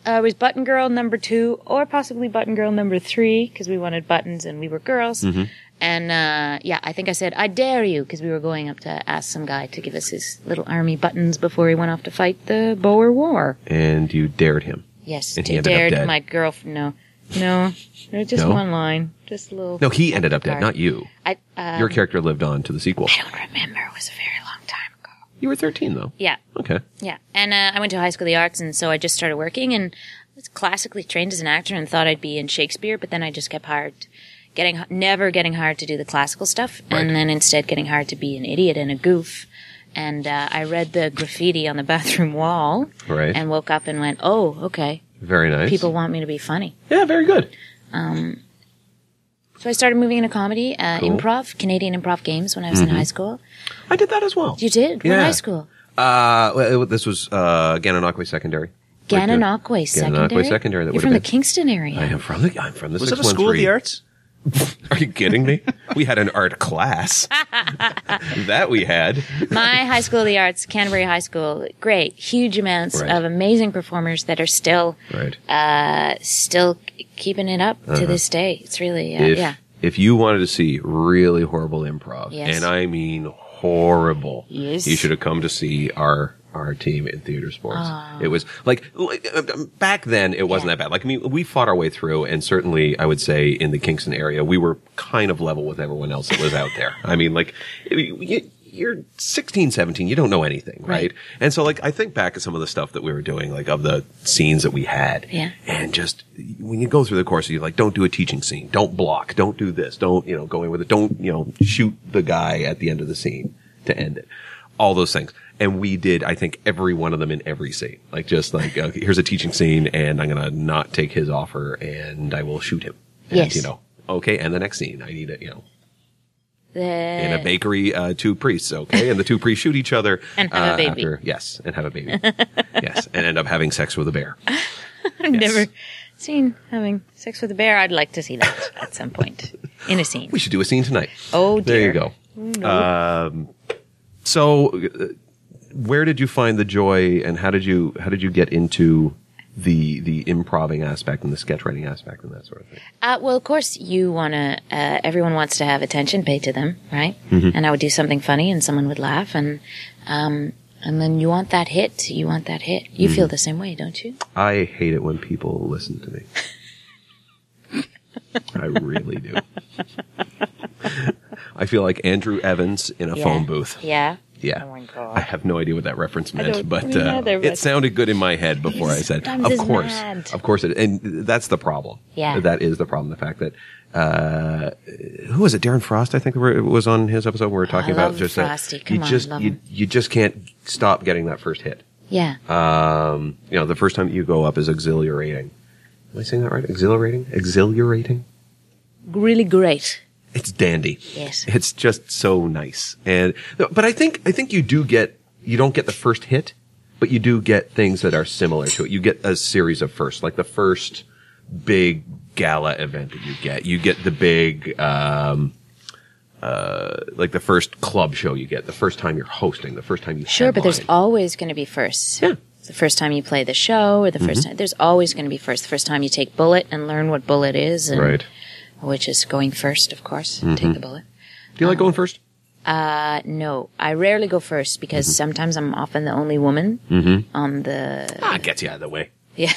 [SPEAKER 3] Uh, it was Button Girl number two, or possibly Button Girl number three, because we wanted buttons and we were girls.
[SPEAKER 2] Mm-hmm.
[SPEAKER 3] And uh, yeah, I think I said, "I dare you," because we were going up to ask some guy to give us his little army buttons before he went off to fight the Boer War.
[SPEAKER 2] And you dared him.
[SPEAKER 3] Yes,
[SPEAKER 2] And
[SPEAKER 3] and
[SPEAKER 2] he ended up
[SPEAKER 3] dared
[SPEAKER 2] dead.
[SPEAKER 3] my girlfriend. No, no, no, just
[SPEAKER 2] No?
[SPEAKER 3] one line, just a little.
[SPEAKER 2] No, he ended up dead,
[SPEAKER 3] Sorry.
[SPEAKER 2] not you.
[SPEAKER 3] I uh,
[SPEAKER 2] Your character lived on to the sequel.
[SPEAKER 3] I don't remember. It was a very long time ago.
[SPEAKER 2] You were 13, though.
[SPEAKER 3] Yeah,
[SPEAKER 2] Okay.
[SPEAKER 3] yeah. And uh, I went to high school of the arts, and so I just started working and was classically trained as an actor and thought I'd be in Shakespeare, but then I just kept hired, getting never getting hired to do the classical stuff,
[SPEAKER 2] Right.
[SPEAKER 3] and then instead getting hired to be an idiot and a goof. And uh, I read the graffiti on the bathroom wall,
[SPEAKER 2] Right.
[SPEAKER 3] and woke up and went, "Oh, okay,
[SPEAKER 2] Very nice.
[SPEAKER 3] people want me to be funny."
[SPEAKER 2] Yeah, very good.
[SPEAKER 3] So I started moving into comedy, uh,
[SPEAKER 2] Cool.
[SPEAKER 3] improv, Canadian improv games when I was in high school.
[SPEAKER 2] I did that as well.
[SPEAKER 3] You did? What
[SPEAKER 2] Yeah.
[SPEAKER 3] high school?
[SPEAKER 2] Uh, well, it- this was uh, Gananoque Secondary.
[SPEAKER 3] Gananoque Secondary.
[SPEAKER 2] Gananoque Secondary. That
[SPEAKER 3] You're
[SPEAKER 2] would
[SPEAKER 3] from
[SPEAKER 2] have
[SPEAKER 3] the
[SPEAKER 2] been.
[SPEAKER 3] Kingston area.
[SPEAKER 2] I am from the. I'm from the.
[SPEAKER 1] Was it a school of the
[SPEAKER 2] 613.
[SPEAKER 1] arts?
[SPEAKER 2] Are you kidding me? we had an art class. that we had.
[SPEAKER 3] My high school of the arts, Canterbury High School, great, huge amounts
[SPEAKER 2] Right.
[SPEAKER 3] of amazing performers that are still
[SPEAKER 2] Right.
[SPEAKER 3] still keeping it up to this day. It's really uh,
[SPEAKER 2] Uh-huh. if,
[SPEAKER 3] yeah.
[SPEAKER 2] If you wanted to see really horrible improv,
[SPEAKER 3] Yes.
[SPEAKER 2] and I mean horrible,
[SPEAKER 3] Yes.
[SPEAKER 2] you should have come to see our our team in theater sports. It was like like, uh, um, back then it wasn't
[SPEAKER 3] Yeah.
[SPEAKER 2] that bad. Like I mean, we fought our way through, and certainly I would say in the Kingston area we were kind of level with everyone else that was out there. I mean, like you, you're 16, 17, you don't know anything, right?
[SPEAKER 3] Right.
[SPEAKER 2] And so like I think back at some of the stuff that we were doing, like of the scenes that we had,
[SPEAKER 3] Yeah.
[SPEAKER 2] and just when you go through the course, you're like, don't do a teaching scene, don't block, don't do this, don't you know, go in with it, don't you know, shoot the guy at the end of the scene to end it, all those things. And we did, I think, every one of them in every scene. Like, just like, okay, here's a teaching scene, and I'm gonna not take his offer, and I will shoot him. And,
[SPEAKER 3] Yes.
[SPEAKER 2] You know, okay. And the next scene, I need it. You know,
[SPEAKER 3] The,
[SPEAKER 2] in a bakery, uh, two priests. Okay, and the two priests shoot each other
[SPEAKER 3] And have a
[SPEAKER 2] uh,
[SPEAKER 3] baby.
[SPEAKER 2] After, yes, and have a baby. yes, and end up having sex with a bear.
[SPEAKER 3] I've never seen having sex with a bear. I'd like to see that at some point in a scene.
[SPEAKER 2] We should do a scene tonight.
[SPEAKER 3] Oh
[SPEAKER 2] There you
[SPEAKER 3] dear.
[SPEAKER 2] go. Um, so, uh, where did you find the joy, and how did you how did you get into the the improving aspect and the sketch writing aspect and that sort of thing?
[SPEAKER 3] Uh, well, of course, you want to. Uh, everyone wants to have attention paid to them, right?
[SPEAKER 2] Mm-hmm.
[SPEAKER 3] And I would do something funny, and someone would laugh, and um, and then you want that hit. You want that hit. You
[SPEAKER 2] Mm-hmm.
[SPEAKER 3] feel the same way, don't you?
[SPEAKER 2] I hate it when people listen to me. I really do. I feel like Andrew Evans in a
[SPEAKER 3] Yeah.
[SPEAKER 2] phone booth.
[SPEAKER 3] Yeah.
[SPEAKER 2] Yeah.
[SPEAKER 3] Oh my
[SPEAKER 2] I
[SPEAKER 3] god.
[SPEAKER 2] have no idea what that reference meant,
[SPEAKER 3] don't-
[SPEAKER 2] but,
[SPEAKER 3] me neither,
[SPEAKER 2] uh,
[SPEAKER 3] but-
[SPEAKER 2] it sounded good in my head before I said.
[SPEAKER 3] Sometimes
[SPEAKER 2] Of
[SPEAKER 3] it's
[SPEAKER 2] course,
[SPEAKER 3] mad.
[SPEAKER 2] of course, it, and that's the problem.
[SPEAKER 3] Yeah.
[SPEAKER 2] that is the problem. The fact that uh, who was it? Darren Frost, I think, were- was on his episode. We were talking
[SPEAKER 3] I
[SPEAKER 2] about
[SPEAKER 3] love
[SPEAKER 2] just
[SPEAKER 3] Frosty.
[SPEAKER 2] that.
[SPEAKER 3] Come
[SPEAKER 2] you
[SPEAKER 3] on,
[SPEAKER 2] just
[SPEAKER 3] love
[SPEAKER 2] you,
[SPEAKER 3] him.
[SPEAKER 2] you just can't stop getting that first hit.
[SPEAKER 3] Yeah.
[SPEAKER 2] Um, you know, the first time that you go up is exhilarating. Am I saying that right? Exhilarating, exhilarating.
[SPEAKER 3] really great.
[SPEAKER 2] It's dandy.
[SPEAKER 3] Yes.
[SPEAKER 2] It's just so nice. And but I think I think you do get you don't get the first hit, but you do get things that are similar to it. You get a series of firsts, like the first big gala event that you get. You get the big um uh, like the first club show you get, the first time you're hosting, the first time you
[SPEAKER 3] Sure, but there's
[SPEAKER 2] headline.
[SPEAKER 3] always going to be firsts.
[SPEAKER 2] Yeah. Mm-hmm.
[SPEAKER 3] The first time you play the show, or the 1st time, there's always going to be first. The first time you take bullet and learn what bullet is, and,
[SPEAKER 2] right. Mm-hmm.
[SPEAKER 3] Which is going first, of course. Take the bullet.
[SPEAKER 2] Do
[SPEAKER 3] Um,
[SPEAKER 2] you like going first?
[SPEAKER 3] Uh, no, I rarely go first because
[SPEAKER 2] Mm-hmm.
[SPEAKER 3] sometimes I'm often the only woman on the
[SPEAKER 2] Ah, it gets you out of the way.
[SPEAKER 3] yeah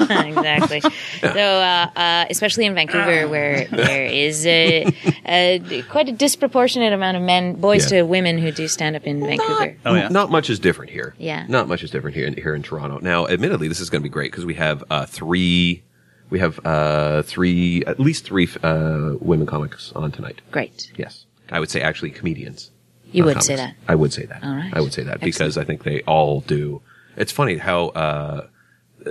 [SPEAKER 3] exactly. so uh, uh, especially in
[SPEAKER 2] Ah.
[SPEAKER 3] Vancouver where there is a, a quite a disproportionate amount of men, boys
[SPEAKER 2] Yeah.
[SPEAKER 3] to women, who do stand up in Vancouver.
[SPEAKER 1] Oh, yeah?
[SPEAKER 2] Not much is different here.
[SPEAKER 3] Yeah.
[SPEAKER 2] Not much is different here in, here in Toronto. Now, admittedly, this is going to be great because we have uh, three, we have uh, three, at least three uh, women comics on tonight.
[SPEAKER 3] Great,
[SPEAKER 2] Yes, I would say actually comedians.
[SPEAKER 3] you
[SPEAKER 2] not
[SPEAKER 3] would
[SPEAKER 2] comics.
[SPEAKER 3] say that.
[SPEAKER 2] I would say that.
[SPEAKER 3] All right.
[SPEAKER 2] I would say that because I think they all do. It's funny how uh, uh,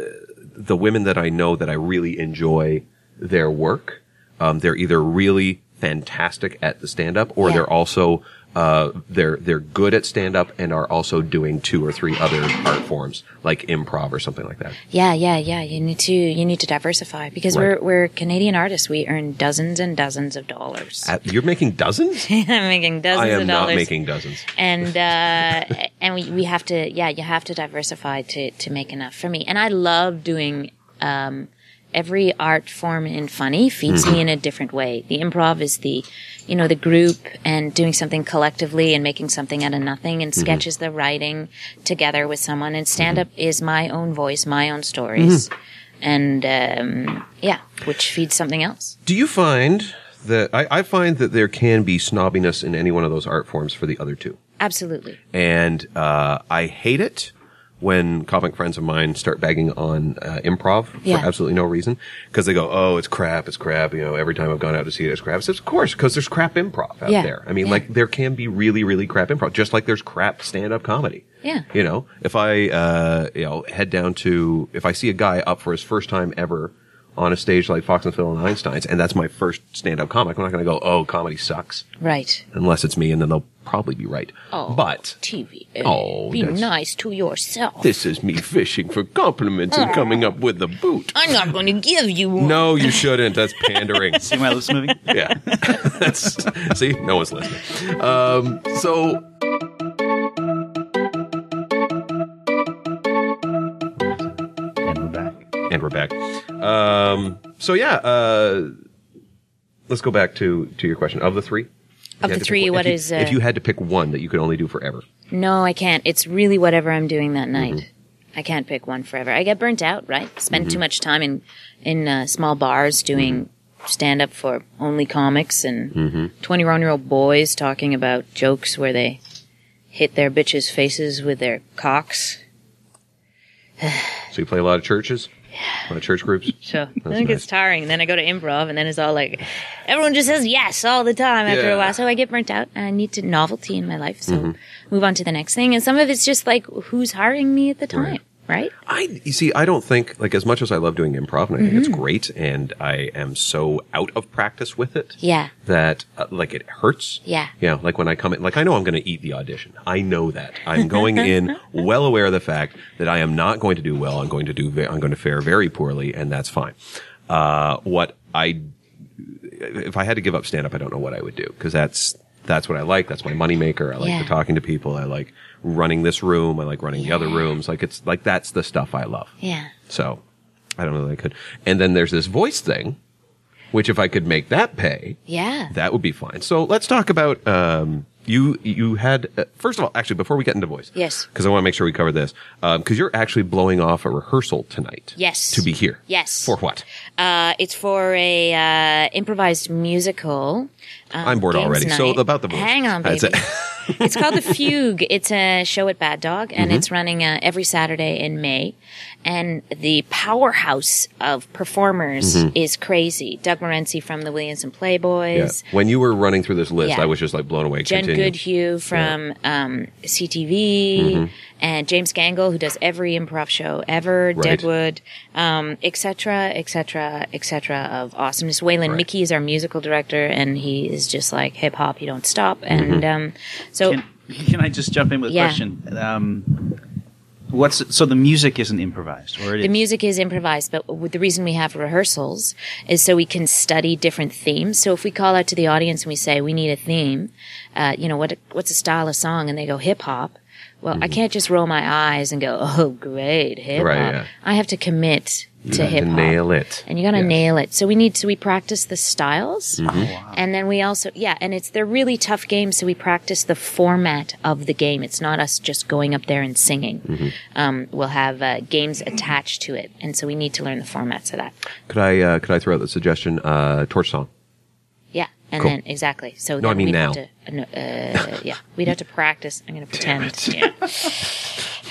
[SPEAKER 2] the women that I know that I really enjoy their work, um, they're either really fantastic at the stand up or
[SPEAKER 3] Yeah.
[SPEAKER 2] they're also uh, they're they're good at stand up and are also doing two or three other art forms like improv or something like that.
[SPEAKER 3] Yeah, yeah, yeah. You need to you need to diversify because
[SPEAKER 2] Right.
[SPEAKER 3] we're we're Canadian artists. We earn dozens and dozens of dollars.
[SPEAKER 2] Uh, You're making dozens.
[SPEAKER 3] I'm making dozens
[SPEAKER 2] I am
[SPEAKER 3] of
[SPEAKER 2] not
[SPEAKER 3] dollars.
[SPEAKER 2] making dozens.
[SPEAKER 3] and uh, and we, we have to yeah you have to diversify to to make enough for me and i love doing um every art form in funny feeds
[SPEAKER 2] Mm-hmm.
[SPEAKER 3] me in a different way the improv is the you know the group and doing something collectively and making something out of nothing
[SPEAKER 2] Mm-hmm.
[SPEAKER 3] and sketch is the writing together with someone and stand up is my own voice my own stories
[SPEAKER 2] Mm-hmm.
[SPEAKER 3] and um, yeah which feeds something else
[SPEAKER 2] Do you find that I, I find that there can be snobbiness in any one of those art forms for the other two,
[SPEAKER 3] absolutely
[SPEAKER 2] and uh, I hate it when comic friends of mine start bagging on uh, improv for
[SPEAKER 3] Yeah.
[SPEAKER 2] absolutely no reason because they go, "Oh, it's crap, it's crap." You know, every time I've gone out to see it, it's crap. It's of course because there's crap improv out
[SPEAKER 3] Yeah.
[SPEAKER 2] there. I mean, like there can be really, really crap improv, just like there's crap stand-up comedy.
[SPEAKER 3] Yeah.
[SPEAKER 2] You know, if I, uh, you know, head down to, if I see a guy up for his first time ever on a stage like Fox and Phil and Einstein's, and that's my first stand-up comic, I'm not going to go, oh, comedy sucks.
[SPEAKER 3] right
[SPEAKER 2] Unless it's me, and then they'll probably be right.
[SPEAKER 3] Oh.
[SPEAKER 2] But
[SPEAKER 3] tv
[SPEAKER 2] Oh,
[SPEAKER 3] be
[SPEAKER 2] that's-
[SPEAKER 3] nice to yourself
[SPEAKER 2] this is me fishing for compliments and coming up with a boot.
[SPEAKER 3] I'm not going to give you one.
[SPEAKER 2] No, you shouldn't. That's pandering.
[SPEAKER 1] See my lips moving?
[SPEAKER 2] yeah. That's, see, no one's listening. Um, so.
[SPEAKER 1] And we're back.
[SPEAKER 2] and we're back. Um, so yeah, uh, let's go back to to your question of the three.
[SPEAKER 3] Of the three,
[SPEAKER 2] what
[SPEAKER 3] what
[SPEAKER 2] is
[SPEAKER 3] is, uh,
[SPEAKER 2] if you had to pick one that you could only do forever?
[SPEAKER 3] No, I can't. It's really whatever I'm doing that
[SPEAKER 2] Mm-hmm.
[SPEAKER 3] night. I can't pick one forever. I get burnt out, right? Spend
[SPEAKER 2] Mm-hmm.
[SPEAKER 3] too much time in in uh, small bars doing
[SPEAKER 2] Mm-hmm.
[SPEAKER 3] stand up for only comics and 21 year old boys talking about jokes where they hit their bitches' faces with their cocks.
[SPEAKER 2] So you play a lot of churches, a lot of church groups.
[SPEAKER 3] So I think
[SPEAKER 2] nice.
[SPEAKER 3] it's tiring. Then I go to improv, and then it's all like, everyone just says yes all the time after
[SPEAKER 2] Yeah.
[SPEAKER 3] a while. So I get burnt out, and I need to novelty in my life. So
[SPEAKER 2] Mm-hmm.
[SPEAKER 3] move on to the next thing. And some of it's just like, who's hiring me at the time, right?
[SPEAKER 2] I you see, I don't think like as much as I love doing improv, and I think it's
[SPEAKER 3] Mm-hmm.
[SPEAKER 2] great, and I am so out of practice with it.
[SPEAKER 3] Yeah.
[SPEAKER 2] That uh, like it hurts.
[SPEAKER 3] Yeah.
[SPEAKER 2] Yeah. Like when I come in, like I know I'm going to eat the audition. I know that. I'm going in well aware of the fact that I am not going to do well. I'm going to do. Ve- I'm going to fare very poorly, and that's fine. Uh, what I if I had to give up stand up, I don't know what I would do because that's that's what I like. That's my moneymaker. I like
[SPEAKER 3] Yeah.
[SPEAKER 2] the talking to people. I like running this room. I like running the other rooms. Like it's like that's the stuff I love.
[SPEAKER 3] Yeah.
[SPEAKER 2] So I don't know that I could. And then there's this voice thing, which if I could make that pay,
[SPEAKER 3] Yeah.
[SPEAKER 2] that would be fine. So let's talk about um, you. You had uh, first of all, actually, before we get into voice,
[SPEAKER 3] Yes.
[SPEAKER 2] because I want to make sure we cover this, because you're actually blowing off a rehearsal tonight.
[SPEAKER 3] Yes.
[SPEAKER 2] to be here.
[SPEAKER 3] Yes.
[SPEAKER 2] for what?
[SPEAKER 3] Uh, it's for a uh, improvised musical. um,
[SPEAKER 2] I'm bored
[SPEAKER 3] games
[SPEAKER 2] already. So
[SPEAKER 3] night.
[SPEAKER 2] about the voice.
[SPEAKER 3] Hang on,
[SPEAKER 2] That's
[SPEAKER 3] baby.
[SPEAKER 2] it.
[SPEAKER 3] it's called the Fugue. It's a show at Bad Dog, and
[SPEAKER 2] Mm-hmm.
[SPEAKER 3] it's running uh, every Saturday in May. And the powerhouse of performers
[SPEAKER 2] Mm-hmm.
[SPEAKER 3] is crazy. Doug Morency from the Williamson
[SPEAKER 2] Yeah.
[SPEAKER 3] Playboys.
[SPEAKER 2] When you were running through this list,
[SPEAKER 3] Yeah.
[SPEAKER 2] I was just like blown away.
[SPEAKER 3] Jen
[SPEAKER 2] Continue. Mm-hmm.
[SPEAKER 3] Goodhue from um, CTV and James Gangle, who does every improv show ever, Deadwood, um, et cetera, et cetera, et cetera, of awesomeness. Waylon
[SPEAKER 2] Right.
[SPEAKER 3] Mickey is our musical director, and he is just like hip hop, you don't
[SPEAKER 2] Mm-hmm.
[SPEAKER 3] stop. And um, so,
[SPEAKER 1] Can, can I just jump in with a
[SPEAKER 3] Yeah.
[SPEAKER 1] question? Um, What's so the music isn't improvised, or it
[SPEAKER 3] The
[SPEAKER 1] is?
[SPEAKER 3] music is improvised, but w- the reason we have rehearsals is so we can study different themes. So if we call out to the audience and we say we need a theme, uh, you know what what's a style of song, and they go hip hop. Well, I can't just roll my eyes and go, oh great hip
[SPEAKER 2] Mm-hmm.
[SPEAKER 3] hop.
[SPEAKER 2] Right, yeah.
[SPEAKER 3] I have to commit to
[SPEAKER 2] have to
[SPEAKER 3] hip hop.
[SPEAKER 2] nail it.
[SPEAKER 3] and you got to
[SPEAKER 2] Yes. Mm-hmm.
[SPEAKER 3] nail it. So we need to we practice the styles, and then we also yeah, and it's they're really tough games. So we practice the format of the game. It's not us just going up there and singing.
[SPEAKER 2] Mm-hmm.
[SPEAKER 3] Um, we'll have uh, games attached to it, and so we need to learn the formats of that.
[SPEAKER 2] Could I uh, could I throw out the suggestion? Uh, torch song.
[SPEAKER 3] Yeah, and
[SPEAKER 2] Cool.
[SPEAKER 3] then exactly. So
[SPEAKER 2] No, I
[SPEAKER 3] then
[SPEAKER 2] mean
[SPEAKER 3] we'd
[SPEAKER 2] now.
[SPEAKER 3] Have to, uh, no, uh, yeah, we'd have to practice. I'm gonna pretend. Yeah.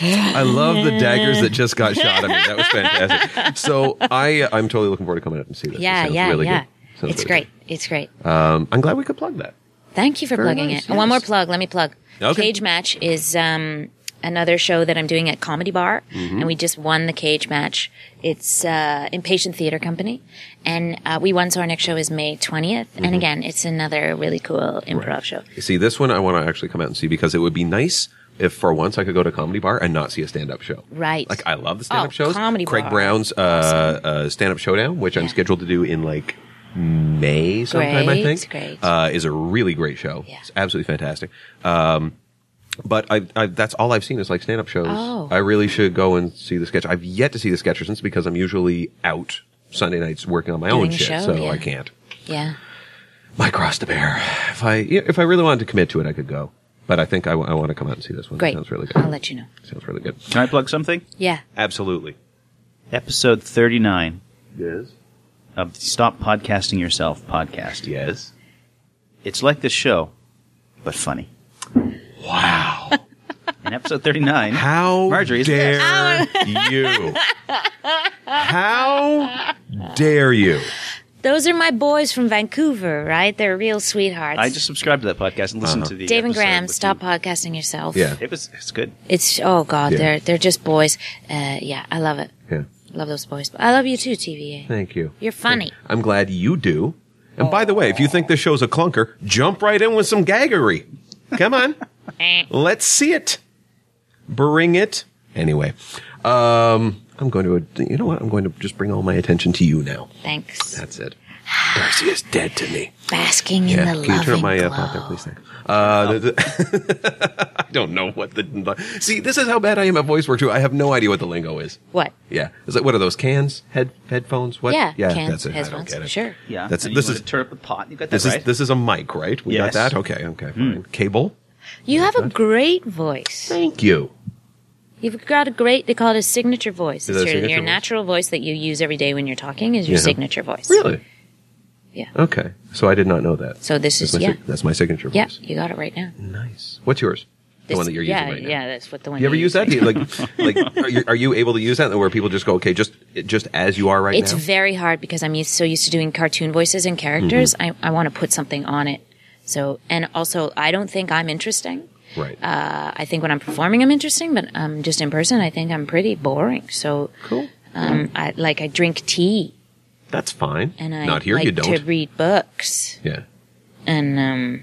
[SPEAKER 2] I love the daggers that just got shot at me. That was fantastic. So I uh, I'm totally looking forward to coming up and see this. It
[SPEAKER 3] Yeah,
[SPEAKER 2] sounds
[SPEAKER 3] yeah,
[SPEAKER 2] really
[SPEAKER 3] yeah.
[SPEAKER 2] good. Sounds
[SPEAKER 3] it's
[SPEAKER 2] really
[SPEAKER 3] great. It's great.
[SPEAKER 2] good. Um, I'm glad we could plug that.
[SPEAKER 3] Thank you for
[SPEAKER 2] very
[SPEAKER 3] plugging
[SPEAKER 2] nice,
[SPEAKER 3] it. And One
[SPEAKER 2] yes.
[SPEAKER 3] more plug. Let me plug.
[SPEAKER 2] Okay.
[SPEAKER 3] Cage Match is um, another show that I'm doing at Comedy Bar,
[SPEAKER 2] Mm-hmm.
[SPEAKER 3] and we just won the Cage Match. It's uh, Impatient Theater Company, and uh, we won. So our next show is May 20th,
[SPEAKER 2] Mm-hmm.
[SPEAKER 3] and again, it's another really cool improv show.
[SPEAKER 2] You see, this one I want to actually come out and see because it would be nice if for once I could go to a comedy bar and not see a stand up show.
[SPEAKER 3] Right.
[SPEAKER 2] Like I love the stand up
[SPEAKER 3] Oh,
[SPEAKER 2] shows.
[SPEAKER 3] comedy
[SPEAKER 2] Craig
[SPEAKER 3] bar.
[SPEAKER 2] Brown's uh, uh, stand up showdown, which I'm
[SPEAKER 3] Yeah.
[SPEAKER 2] scheduled to do in like May sometime, I
[SPEAKER 3] Great,
[SPEAKER 2] think.
[SPEAKER 3] great.
[SPEAKER 2] Uh, is a really great show.
[SPEAKER 3] Yeah.
[SPEAKER 2] It's absolutely fantastic. Um, but I, I, that's all I've seen is like stand up shows.
[SPEAKER 3] Oh.
[SPEAKER 2] I really should go and see the sketch. I've yet to see the sketchers because I'm usually out Sunday nights working on my own
[SPEAKER 3] Doing
[SPEAKER 2] shit,
[SPEAKER 3] show,
[SPEAKER 2] so
[SPEAKER 3] yeah.
[SPEAKER 2] I can't.
[SPEAKER 3] Yeah.
[SPEAKER 2] I crossed the bear. If I yeah, if I really wanted to commit to it, I could go. But I think I want to come out and see this one.
[SPEAKER 3] Great.
[SPEAKER 2] Sounds really good.
[SPEAKER 3] I'll let you know.
[SPEAKER 2] Sounds really good.
[SPEAKER 1] Can I plug something?
[SPEAKER 3] Yeah.
[SPEAKER 2] Absolutely.
[SPEAKER 1] Episode thirty-nine
[SPEAKER 2] Yes.
[SPEAKER 1] of the Stop Podcasting Yourself podcast.
[SPEAKER 2] Yes.
[SPEAKER 1] It's like this show, but funny.
[SPEAKER 2] Wow.
[SPEAKER 1] In episode thirty-nine,
[SPEAKER 2] How
[SPEAKER 1] Marjorie's
[SPEAKER 2] dare you? How dare you?
[SPEAKER 3] Those are my boys from Vancouver, right? They're real sweethearts.
[SPEAKER 1] I just subscribed to that podcast and
[SPEAKER 2] Uh-huh.
[SPEAKER 1] listened to the
[SPEAKER 3] Dave and
[SPEAKER 1] episode
[SPEAKER 3] Graham,
[SPEAKER 1] with
[SPEAKER 3] stop
[SPEAKER 1] you.
[SPEAKER 3] podcasting yourself.
[SPEAKER 2] Yeah.
[SPEAKER 1] It was it's good.
[SPEAKER 3] It's oh god,
[SPEAKER 2] Yeah.
[SPEAKER 3] they're they're just boys. Uh, yeah, I love it.
[SPEAKER 2] Yeah.
[SPEAKER 3] Love those boys. I love you too, TVA.
[SPEAKER 2] Thank you.
[SPEAKER 3] You're funny.
[SPEAKER 2] I'm glad you do. And by the way, if you think this show's a clunker, jump right in with some gaggery. Come on.
[SPEAKER 3] Eh.
[SPEAKER 2] Let's see it. Bring it. Anyway, um, I'm going to, you know what? I'm going to just bring all my attention to you now.
[SPEAKER 3] Thanks.
[SPEAKER 2] That's it. Darcy is dead to me.
[SPEAKER 3] Basking in the
[SPEAKER 2] Yeah.
[SPEAKER 3] loving
[SPEAKER 2] Can you turn up my uh,
[SPEAKER 3] glow.
[SPEAKER 2] pop there, please? Thanks. Uh, the- the- I don't know what the. See, this is how bad I am at voice work, too. I have no idea what the lingo is.
[SPEAKER 3] What?
[SPEAKER 2] Yeah. Is it, what are those? Cans? Head, headphones? What?
[SPEAKER 3] Yeah,
[SPEAKER 2] Yeah,
[SPEAKER 3] cans,
[SPEAKER 2] that's it. I don't
[SPEAKER 3] headphones,
[SPEAKER 2] get it.
[SPEAKER 3] sure.
[SPEAKER 1] Yeah,
[SPEAKER 2] That's-
[SPEAKER 1] and
[SPEAKER 2] this
[SPEAKER 1] you
[SPEAKER 2] is-
[SPEAKER 1] wanna turn up the pot. You got that
[SPEAKER 2] This
[SPEAKER 1] right.
[SPEAKER 2] is this is a mic, right? We
[SPEAKER 1] Yes. Hmm.
[SPEAKER 2] got that. Okay, okay, fine. Cable.
[SPEAKER 3] You have a great voice.
[SPEAKER 2] Thank you.
[SPEAKER 3] You've got a great. They call it a signature voice.
[SPEAKER 2] Is
[SPEAKER 3] It's
[SPEAKER 2] that a
[SPEAKER 3] your,
[SPEAKER 2] signature
[SPEAKER 3] your
[SPEAKER 2] voice?
[SPEAKER 3] natural voice that you use every day when you're talking is your
[SPEAKER 2] Yeah.
[SPEAKER 3] signature voice.
[SPEAKER 2] Really?
[SPEAKER 3] Yeah.
[SPEAKER 2] Okay. So I did not know that.
[SPEAKER 3] So this
[SPEAKER 2] that's
[SPEAKER 3] is
[SPEAKER 2] my,
[SPEAKER 3] yeah,
[SPEAKER 2] sig- that's my signature.
[SPEAKER 3] yeah.
[SPEAKER 2] voice.
[SPEAKER 3] You got it right now.
[SPEAKER 2] Nice. What's yours? the
[SPEAKER 3] This-
[SPEAKER 2] one that you're
[SPEAKER 3] yeah,
[SPEAKER 2] using right now.
[SPEAKER 3] Yeah, that's what the one.
[SPEAKER 2] You ever
[SPEAKER 3] you
[SPEAKER 2] use that? Do you, like, like are you, are you able to use that where people just go, okay, just just as you are right
[SPEAKER 3] It's
[SPEAKER 2] now?
[SPEAKER 3] very hard because I'm used, so used to doing cartoon voices and characters.
[SPEAKER 2] Mm-hmm.
[SPEAKER 3] I, I want to put something on it. So, and also, I don't think I'm interesting.
[SPEAKER 2] right.
[SPEAKER 3] Uh, I think when I'm performing, I'm interesting, but um, just in person, I think I'm pretty boring. So,
[SPEAKER 2] cool.
[SPEAKER 3] um, I, like, I drink tea
[SPEAKER 2] That's fine.
[SPEAKER 3] and I
[SPEAKER 2] not here.
[SPEAKER 3] like
[SPEAKER 2] you don't.
[SPEAKER 3] to read books,
[SPEAKER 2] yeah.
[SPEAKER 3] and um,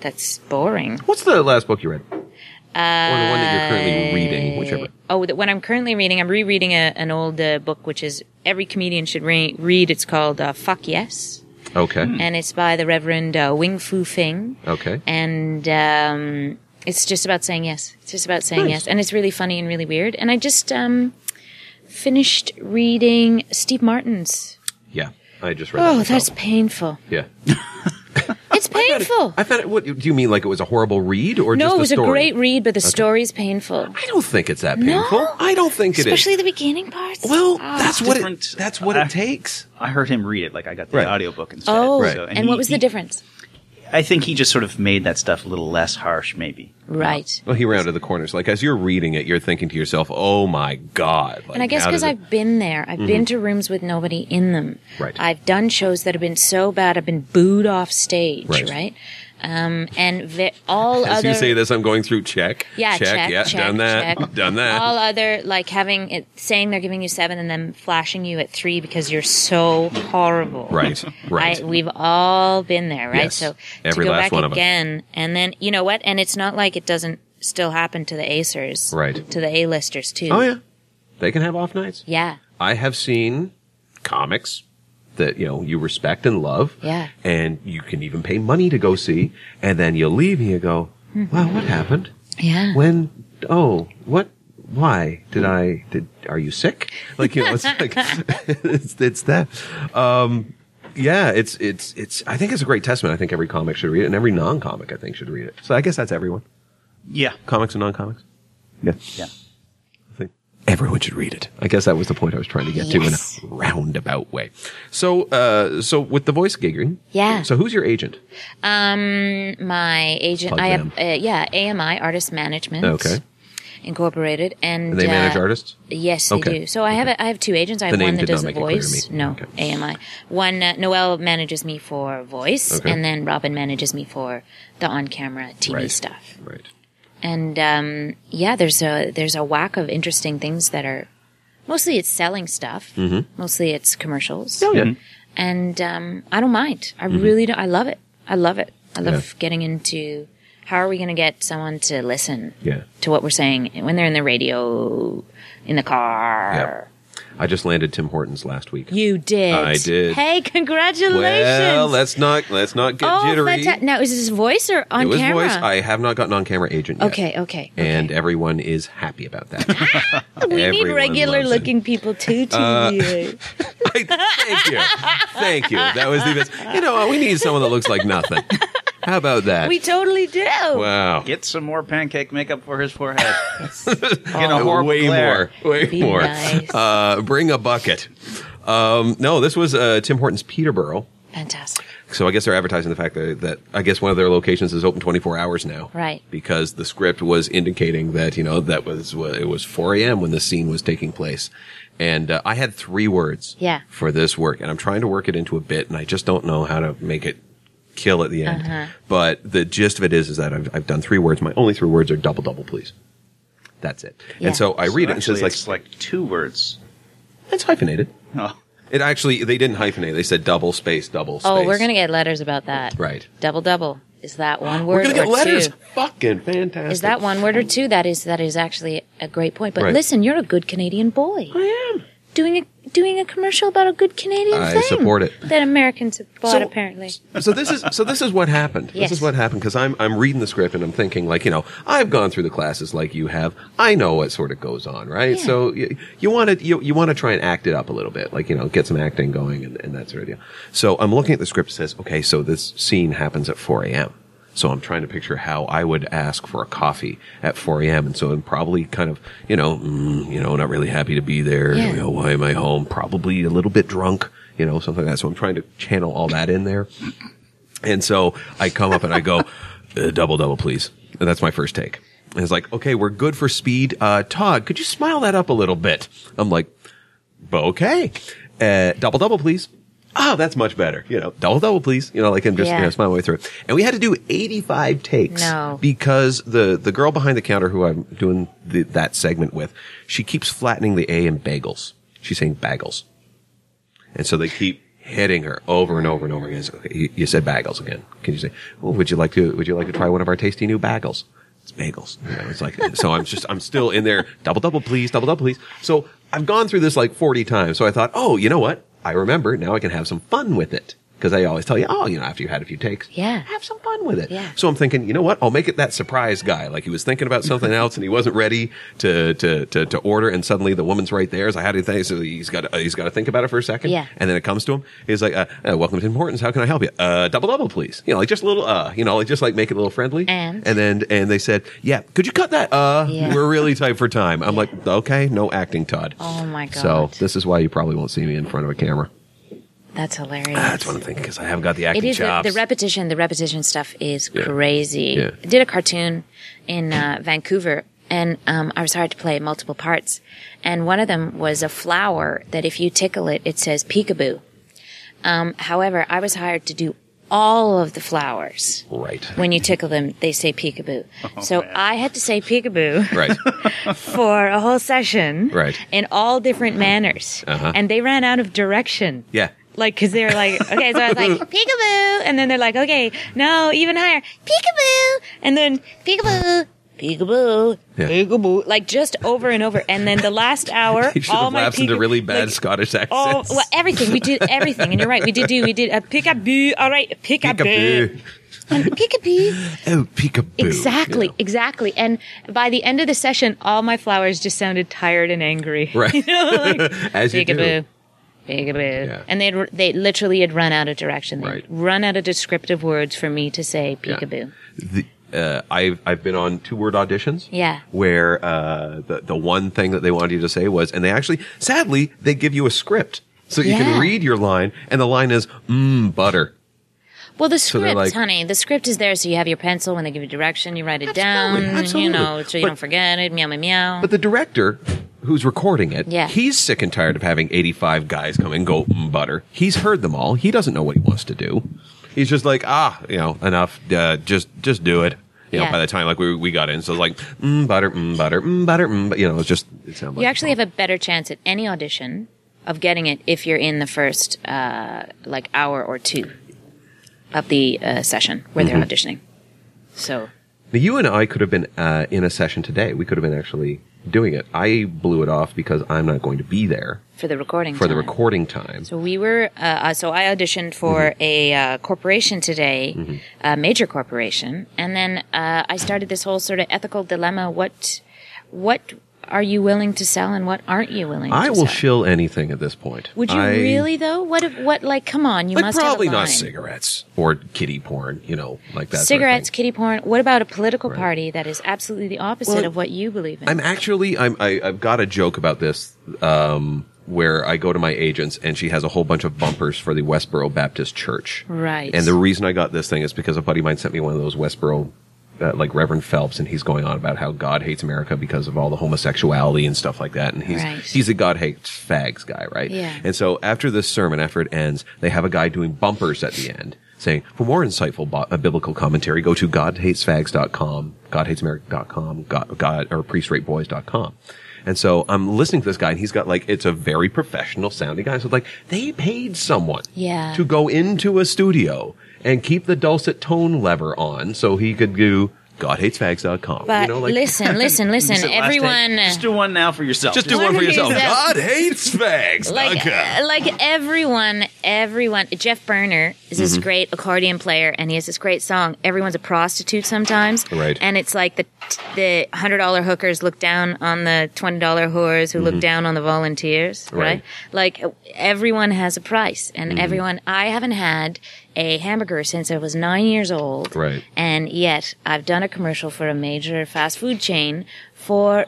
[SPEAKER 3] that's boring.
[SPEAKER 2] What's the last book you read? Uh, or the one that you're
[SPEAKER 3] Uh,
[SPEAKER 2] currently reading, whichever.
[SPEAKER 3] Oh, that when I'm currently reading, I'm rereading a, an old uh, book, which is every comedian should re- read. It's called uh, "Fuck Yes,"
[SPEAKER 2] Okay.
[SPEAKER 3] and it's by the Reverend uh, Wing Fu Fing.
[SPEAKER 2] Okay.
[SPEAKER 3] and um, it's just about saying yes. It's just about saying
[SPEAKER 2] Nice.
[SPEAKER 3] yes, and it's really funny and really weird. And I just um, finished reading Steve Martin's.
[SPEAKER 2] Yeah. I just read. that
[SPEAKER 3] Oh,
[SPEAKER 2] myself.
[SPEAKER 3] that's painful.
[SPEAKER 2] yeah.
[SPEAKER 3] It's painful.
[SPEAKER 2] I found it. What do you mean? Like it was a horrible read, or
[SPEAKER 3] No,
[SPEAKER 2] just
[SPEAKER 3] it was
[SPEAKER 2] the
[SPEAKER 3] a
[SPEAKER 2] story?
[SPEAKER 3] great read, but the story's painful,
[SPEAKER 2] I don't think it's that painful.
[SPEAKER 3] No.
[SPEAKER 2] I don't think it is.
[SPEAKER 3] especially the beginning parts.
[SPEAKER 2] well,
[SPEAKER 3] Oh.
[SPEAKER 2] that's what it.
[SPEAKER 1] different.
[SPEAKER 2] That's what
[SPEAKER 1] Uh,
[SPEAKER 2] it takes.
[SPEAKER 1] I heard him read it. Like I got the
[SPEAKER 2] Right.
[SPEAKER 1] audiobook instead.
[SPEAKER 3] Oh,
[SPEAKER 2] Right.
[SPEAKER 3] and,
[SPEAKER 1] he-
[SPEAKER 3] what was the
[SPEAKER 1] he-
[SPEAKER 3] difference?
[SPEAKER 1] I think he just sort of made that stuff a little less harsh, maybe.
[SPEAKER 3] Right.
[SPEAKER 2] Well, he rounded the corners. Like as you're reading it, you're thinking to yourself, "Oh my god!" Like,
[SPEAKER 3] And I guess
[SPEAKER 2] how does
[SPEAKER 3] because
[SPEAKER 2] it-
[SPEAKER 3] I've been there, I've been to rooms with nobody in them.
[SPEAKER 2] Mm-hmm. Right.
[SPEAKER 3] I've done shows that have been so bad, I've been booed off stage.
[SPEAKER 2] Right.
[SPEAKER 3] Right. Um, and ve- all
[SPEAKER 2] As
[SPEAKER 3] other
[SPEAKER 2] you say this, I'm going through check,
[SPEAKER 3] Yeah,
[SPEAKER 2] check,
[SPEAKER 3] check,
[SPEAKER 2] yeah,
[SPEAKER 3] check,
[SPEAKER 2] done that,
[SPEAKER 3] check.
[SPEAKER 2] done that.
[SPEAKER 3] all other like having it saying they're giving you seven and then flashing you at three because you're so horrible.
[SPEAKER 2] Right, right.
[SPEAKER 3] I, we've all been there, right?
[SPEAKER 2] Yes.
[SPEAKER 3] So
[SPEAKER 2] Every
[SPEAKER 3] to go
[SPEAKER 2] last
[SPEAKER 3] back
[SPEAKER 2] one of us.
[SPEAKER 3] again, and then you know what? And it's not like it doesn't still happen to the acers,
[SPEAKER 2] Right.
[SPEAKER 3] To the A-listers too.
[SPEAKER 2] Oh yeah, they can have off nights.
[SPEAKER 3] yeah,
[SPEAKER 2] I have seen comics that you know you respect and love.
[SPEAKER 3] Yeah.
[SPEAKER 2] And you can even pay money to go see, and then you leave and you go, "Wow, what happened?
[SPEAKER 3] yeah.
[SPEAKER 2] When? Oh, what? Why did I? Did are you sick? Like you know, it's like it's it's that. Um, yeah, it's it's it's. I think it's a great testament. I think every comic should read it, and every non-comic I think should read it. So I guess that's everyone,
[SPEAKER 1] Yeah.
[SPEAKER 2] comics and non-comics. Yeah.
[SPEAKER 1] Yeah.
[SPEAKER 2] think everyone should read it. I guess that was the point I was trying to get
[SPEAKER 3] Yes.
[SPEAKER 2] to in a roundabout way. So, uh, so with the voice gigging,
[SPEAKER 3] Yeah.
[SPEAKER 2] So who's your agent?
[SPEAKER 3] My agent,
[SPEAKER 2] Plug
[SPEAKER 3] I
[SPEAKER 2] them.
[SPEAKER 3] have, uh, yeah, AMI Artist Management,
[SPEAKER 2] Okay.
[SPEAKER 3] Incorporated, and
[SPEAKER 2] And they
[SPEAKER 3] uh,
[SPEAKER 2] manage artists.
[SPEAKER 3] Yes, they
[SPEAKER 2] Okay.
[SPEAKER 3] do. So I have a, I have two agents. I have
[SPEAKER 2] The name
[SPEAKER 3] one that
[SPEAKER 2] did not
[SPEAKER 3] does the
[SPEAKER 2] make it clear to
[SPEAKER 3] voice.
[SPEAKER 2] me.
[SPEAKER 3] No,
[SPEAKER 2] Okay.
[SPEAKER 3] AMI. One uh, Noel manages me for voice,
[SPEAKER 2] Okay.
[SPEAKER 3] and then Robin manages me for the on-camera TV
[SPEAKER 2] Right.
[SPEAKER 3] stuff.
[SPEAKER 2] Right.
[SPEAKER 3] And um, yeah, there's a there's a whack of interesting things that are mostly it's selling stuff. Mostly it's commercials.
[SPEAKER 2] Mm-hmm. Oh, yeah.
[SPEAKER 3] And um, I don't mind. I really don't. I love it. I love it. I love
[SPEAKER 2] Mm-hmm. Yeah.
[SPEAKER 3] getting into how are we going to get someone to listen
[SPEAKER 2] Yeah.
[SPEAKER 3] to what we're saying when they're in the radio, in the car.
[SPEAKER 2] I just landed Tim Hortons last week.
[SPEAKER 3] You did.
[SPEAKER 2] I did.
[SPEAKER 3] Hey, congratulations.
[SPEAKER 2] Well, let's not let's not get
[SPEAKER 3] oh,
[SPEAKER 2] jittery.
[SPEAKER 3] fanta- now is this voice or on
[SPEAKER 2] it was
[SPEAKER 3] camera?
[SPEAKER 2] voice. I have not gotten on camera agent yet.
[SPEAKER 3] okay, okay.
[SPEAKER 2] And
[SPEAKER 3] okay.
[SPEAKER 2] everyone is happy about that.
[SPEAKER 3] we need
[SPEAKER 2] everyone
[SPEAKER 3] regular
[SPEAKER 2] loves it. Uh,
[SPEAKER 3] looking people too. To you.
[SPEAKER 2] I- thank you, thank you. That was the best. You know, we need someone that looks like nothing. How about that?
[SPEAKER 3] We totally do.
[SPEAKER 2] wow.
[SPEAKER 1] Get some more pancake makeup for his forehead. Get a
[SPEAKER 2] Uh,
[SPEAKER 1] horrible
[SPEAKER 2] way
[SPEAKER 1] glare.
[SPEAKER 2] more, way
[SPEAKER 3] Be
[SPEAKER 2] more.
[SPEAKER 3] nice.
[SPEAKER 2] Uh, bring a bucket. Um, no, this was uh, Tim Hortons Peterborough.
[SPEAKER 3] Fantastic.
[SPEAKER 2] So I guess they're advertising the fact that, that I guess one of their locations is open 24 hours now.
[SPEAKER 3] Right.
[SPEAKER 2] Because the script was indicating that, you know, that was, wa- it was 4 a.m. when the scene was taking place. And uh, I had three words
[SPEAKER 3] Yeah.
[SPEAKER 2] for this work and I'm trying to work it into a bit and I just don't know how to make it kill at the end.
[SPEAKER 3] Uh-huh.
[SPEAKER 2] But the gist of it is, is that I've, I've done three words. My only three words are double, double, please. That's it.
[SPEAKER 3] Yeah.
[SPEAKER 2] And so I read it and it
[SPEAKER 1] Actually,
[SPEAKER 2] says like,
[SPEAKER 1] it's like two words.
[SPEAKER 2] it's hyphenated.
[SPEAKER 1] Oh,
[SPEAKER 2] It actually, they didn't hyphenate. They said double space, double space.
[SPEAKER 3] Oh, we're gonna get letters about that.
[SPEAKER 2] Right.
[SPEAKER 3] Double double. Is that one word
[SPEAKER 2] We're gonna
[SPEAKER 3] or
[SPEAKER 2] get letters.
[SPEAKER 3] two?
[SPEAKER 2] Fucking fantastic.
[SPEAKER 3] Is that one word or two? That is that is actually a great point. But
[SPEAKER 2] Right.
[SPEAKER 3] listen, you're a good Canadian boy.
[SPEAKER 2] I am.
[SPEAKER 3] Doing a doing a commercial about a good Canadian
[SPEAKER 2] I
[SPEAKER 3] thing.
[SPEAKER 2] support it.
[SPEAKER 3] That Americans have bought
[SPEAKER 2] So-
[SPEAKER 3] apparently.
[SPEAKER 2] So this is so this is what happened.
[SPEAKER 3] Yes.
[SPEAKER 2] This is what happened because I'm I'm reading the script and I'm thinking like you know I've gone through the classes like you have. I know what sort of goes on, right?
[SPEAKER 3] Yeah.
[SPEAKER 2] So you you want to you, you want to try and act it up a little bit, like you know get some acting going and, and that sort of deal. So I'm looking at the script. It says okay, so this scene happens at 4 a.m. So I'm trying to picture how I would ask for a coffee at 4 a.m. And so I'm probably kind of, you know, mm, you know, not really happy to be there.
[SPEAKER 3] Yeah.
[SPEAKER 2] You know, why am I home? Probably a little bit drunk, you know, something like that. So I'm trying to channel all that in there. And so I come up and I go, uh, double, double, please. And that's my first take. And it's like, okay, we're good for speed. Uh, Todd, could you smile that up a little bit? I'm like, "But okay. Uh, double, double, please. Oh, that's much better. You know, double, double, please. You know, like I'm just,
[SPEAKER 3] Yeah.
[SPEAKER 2] you know, smile my way through. And we had to do 85 takes
[SPEAKER 3] No.
[SPEAKER 2] because the, the girl behind the counter who I'm doing the, that segment with, she keeps flattening the A in bagels. She's saying bagels. And so they keep hitting her over and over and over again. So, okay, you, you said bagels again. Can you say, well, would you like to, would you like to try one of our tasty new bagels? It's bagels. You know, it's like, so I'm just, I'm still in there. Double, double, please. Double, double, please. So I've gone through this like 40 times. So I thought, oh, you know what? I remember now I can have some fun with it. Cause I always tell you, oh, you know, after you had a few takes,
[SPEAKER 3] Yeah.
[SPEAKER 2] have some fun with it.
[SPEAKER 3] Yeah.
[SPEAKER 2] So I'm thinking, you know what? I'll make it that surprise guy. Like he was thinking about something else and he wasn't ready to, to, to, to order. And suddenly the woman's right there. So I had to think, so he's got, he's got to think about it for a second.
[SPEAKER 3] Yeah.
[SPEAKER 2] And then it comes to him. He's like, uh, uh, welcome to Tim Hortons. How can I help you? Uh, double double, please. You know, like just a little, uh, you know, like just like make it a little friendly.
[SPEAKER 3] And?
[SPEAKER 2] then, and they said, yeah, could you cut that? Uh,
[SPEAKER 3] Yeah.
[SPEAKER 2] we're really tight for time. I'm like, okay, no acting, Todd.
[SPEAKER 3] Oh my god.
[SPEAKER 2] So this is why you probably won't see me in front of a camera.
[SPEAKER 3] That's hilarious.
[SPEAKER 2] That's what I'm thinking because I haven't got the
[SPEAKER 3] it
[SPEAKER 2] acting
[SPEAKER 3] is the,
[SPEAKER 2] chops.
[SPEAKER 3] the repetition. The repetition stuff is
[SPEAKER 2] Yeah.
[SPEAKER 3] crazy.
[SPEAKER 2] Yeah.
[SPEAKER 3] I did a cartoon in uh, Vancouver, and um, I was hired to play multiple parts, and one of them was a flower that if you tickle it, it says peekaboo. Um, however, I was hired to do all of the flowers.
[SPEAKER 2] right.
[SPEAKER 3] When you tickle them, they say peekaboo. so
[SPEAKER 1] man.
[SPEAKER 3] I had to say peekaboo
[SPEAKER 2] Oh, Right.
[SPEAKER 3] for a whole session,
[SPEAKER 2] Right.
[SPEAKER 3] In all different manners,
[SPEAKER 2] Uh-huh.
[SPEAKER 3] and they ran out of direction.
[SPEAKER 2] Yeah.
[SPEAKER 3] Like, cause they were like, okay, so I was like, peekaboo. And then they're like, okay, no, even higher, peekaboo. And then peekaboo. peekaboo,
[SPEAKER 2] Yeah.
[SPEAKER 3] peekaboo, like just over and over. And then the last hour,
[SPEAKER 2] You should
[SPEAKER 3] all
[SPEAKER 2] have
[SPEAKER 3] my
[SPEAKER 2] lapsed into
[SPEAKER 3] peekab-
[SPEAKER 2] really bad
[SPEAKER 3] like,
[SPEAKER 2] Scottish
[SPEAKER 3] Oh,
[SPEAKER 2] accents.
[SPEAKER 3] well, everything. We did everything. And you're right. We did do, we did a peekaboo. All right, peekaboo.
[SPEAKER 2] Peekaboo.
[SPEAKER 3] And peekaboo.
[SPEAKER 2] Oh, peekaboo.
[SPEAKER 3] Exactly,
[SPEAKER 2] You know.
[SPEAKER 3] exactly. And by the end of the session, all my flowers just sounded tired and angry.
[SPEAKER 2] Right.
[SPEAKER 3] you know, like,
[SPEAKER 2] As you do.
[SPEAKER 3] peekaboo, peekaboo.
[SPEAKER 2] Yeah.
[SPEAKER 3] And they they literally had run out of direction. They'd
[SPEAKER 2] Right.
[SPEAKER 3] run out of descriptive words for me to say
[SPEAKER 2] Yeah.
[SPEAKER 3] peekaboo.
[SPEAKER 2] The, uh, I've I've been on two word auditions.
[SPEAKER 3] Yeah.
[SPEAKER 2] Where uh, the the one thing that they wanted you to say was, and they actually, sadly, they give you a script so you
[SPEAKER 3] Yeah.
[SPEAKER 2] can read your line, and the line is mmm butter.
[SPEAKER 3] Well, the
[SPEAKER 2] they're
[SPEAKER 3] script,
[SPEAKER 2] like-
[SPEAKER 3] honey, the script is there, so you have your pencil. When they give you direction, you write it
[SPEAKER 2] Absolutely,
[SPEAKER 3] down.
[SPEAKER 2] absolutely.
[SPEAKER 3] You know, so you
[SPEAKER 2] But-
[SPEAKER 3] don't forget it. Meow, meow, meow.
[SPEAKER 2] But the director who's recording it,
[SPEAKER 3] Yeah.
[SPEAKER 2] he's sick and tired of having 85 guys come and go mm, butter. He's heard them all. He doesn't know what he wants to do. He's just like, ah, you know, enough. Uh, just just do it. You know,
[SPEAKER 3] Yeah.
[SPEAKER 2] by the time like we, we got in, so it's like mm, butter, mm, butter, mm, butter, mm, but you know, it's just it sounds like
[SPEAKER 3] you actually have a better chance at any audition of getting it if you're in the first uh, like hour or two of the uh, session where they're
[SPEAKER 2] Mm-hmm.
[SPEAKER 3] auditioning. So
[SPEAKER 2] Now, you and I could have been uh, in a session today. We could have been actually doing it. I blew it off because I'm not going to be there
[SPEAKER 3] for the recording
[SPEAKER 2] for the
[SPEAKER 3] time.
[SPEAKER 2] recording time.
[SPEAKER 3] So we were, uh, uh, so I auditioned for
[SPEAKER 2] Mm-hmm.
[SPEAKER 3] a uh, corporation today, a major corporation, and then uh, I started this whole sort of ethical dilemma: what, what are you willing to sell, and what aren't you willing?
[SPEAKER 2] I
[SPEAKER 3] to
[SPEAKER 2] will
[SPEAKER 3] sell?
[SPEAKER 2] shill anything at this point.
[SPEAKER 3] Would you
[SPEAKER 2] I-
[SPEAKER 3] really though? What? If, what? Like, come on, you
[SPEAKER 2] Like
[SPEAKER 3] must
[SPEAKER 2] probably
[SPEAKER 3] have a line.
[SPEAKER 2] not cigarettes or kitty porn, you know, like that. sort of
[SPEAKER 3] Cigarettes,
[SPEAKER 2] thing.
[SPEAKER 3] kitty porn. What about a political party that is absolutely the opposite
[SPEAKER 2] Well,
[SPEAKER 3] of what you believe in?
[SPEAKER 2] I'm actually I'm I, I've got a joke about this um, where I go to my agents and she has a whole bunch of bumpers for the Westboro Baptist Church.
[SPEAKER 3] Right.
[SPEAKER 2] And the reason I got this thing is because a buddy of mine sent me one of those Westboro. Uh, like Reverend Phelps, and he's going on about how God hates America because of all the homosexuality and stuff like that. And he's
[SPEAKER 3] Right.
[SPEAKER 2] he's a God hates fags guy, right?
[SPEAKER 3] Yeah.
[SPEAKER 2] And so after this sermon, after it ends, they have a guy doing bumpers at the end saying, for more insightful bo- uh, biblical commentary, go to godhatesfags.com, godhatesamerica.com, God, God, or priestrateboys.com. And so I'm listening to this guy and he's got like, it's a very professional sounding guy. So like, they paid someone
[SPEAKER 3] Yeah.
[SPEAKER 2] to go into a studio and keep the dulcet tone lever on so he could do godhatesfags.com.
[SPEAKER 3] but listen, listen, listen,
[SPEAKER 1] Listen, last take.
[SPEAKER 3] everyone. uh,
[SPEAKER 1] just do one now for yourself.
[SPEAKER 2] just do
[SPEAKER 3] What
[SPEAKER 2] one for
[SPEAKER 3] is
[SPEAKER 2] yourself.
[SPEAKER 3] that?
[SPEAKER 2] Godhatesfags.com.
[SPEAKER 3] like uh, like everyone everyone jeff Burner is
[SPEAKER 2] Mm-hmm.
[SPEAKER 3] this great accordion player and he has this great song everyone's a prostitute sometimes
[SPEAKER 2] Right.
[SPEAKER 3] and it's like the the hundred dollar hookers look down on the twenty dollar whores who look down on the volunteers right,
[SPEAKER 2] Mm-hmm. Right. Mm-hmm.
[SPEAKER 3] like everyone has a price and everyone i haven't had a hamburger since i was nine years old
[SPEAKER 2] Right.
[SPEAKER 3] and yet i've done a commercial for a major fast food chain for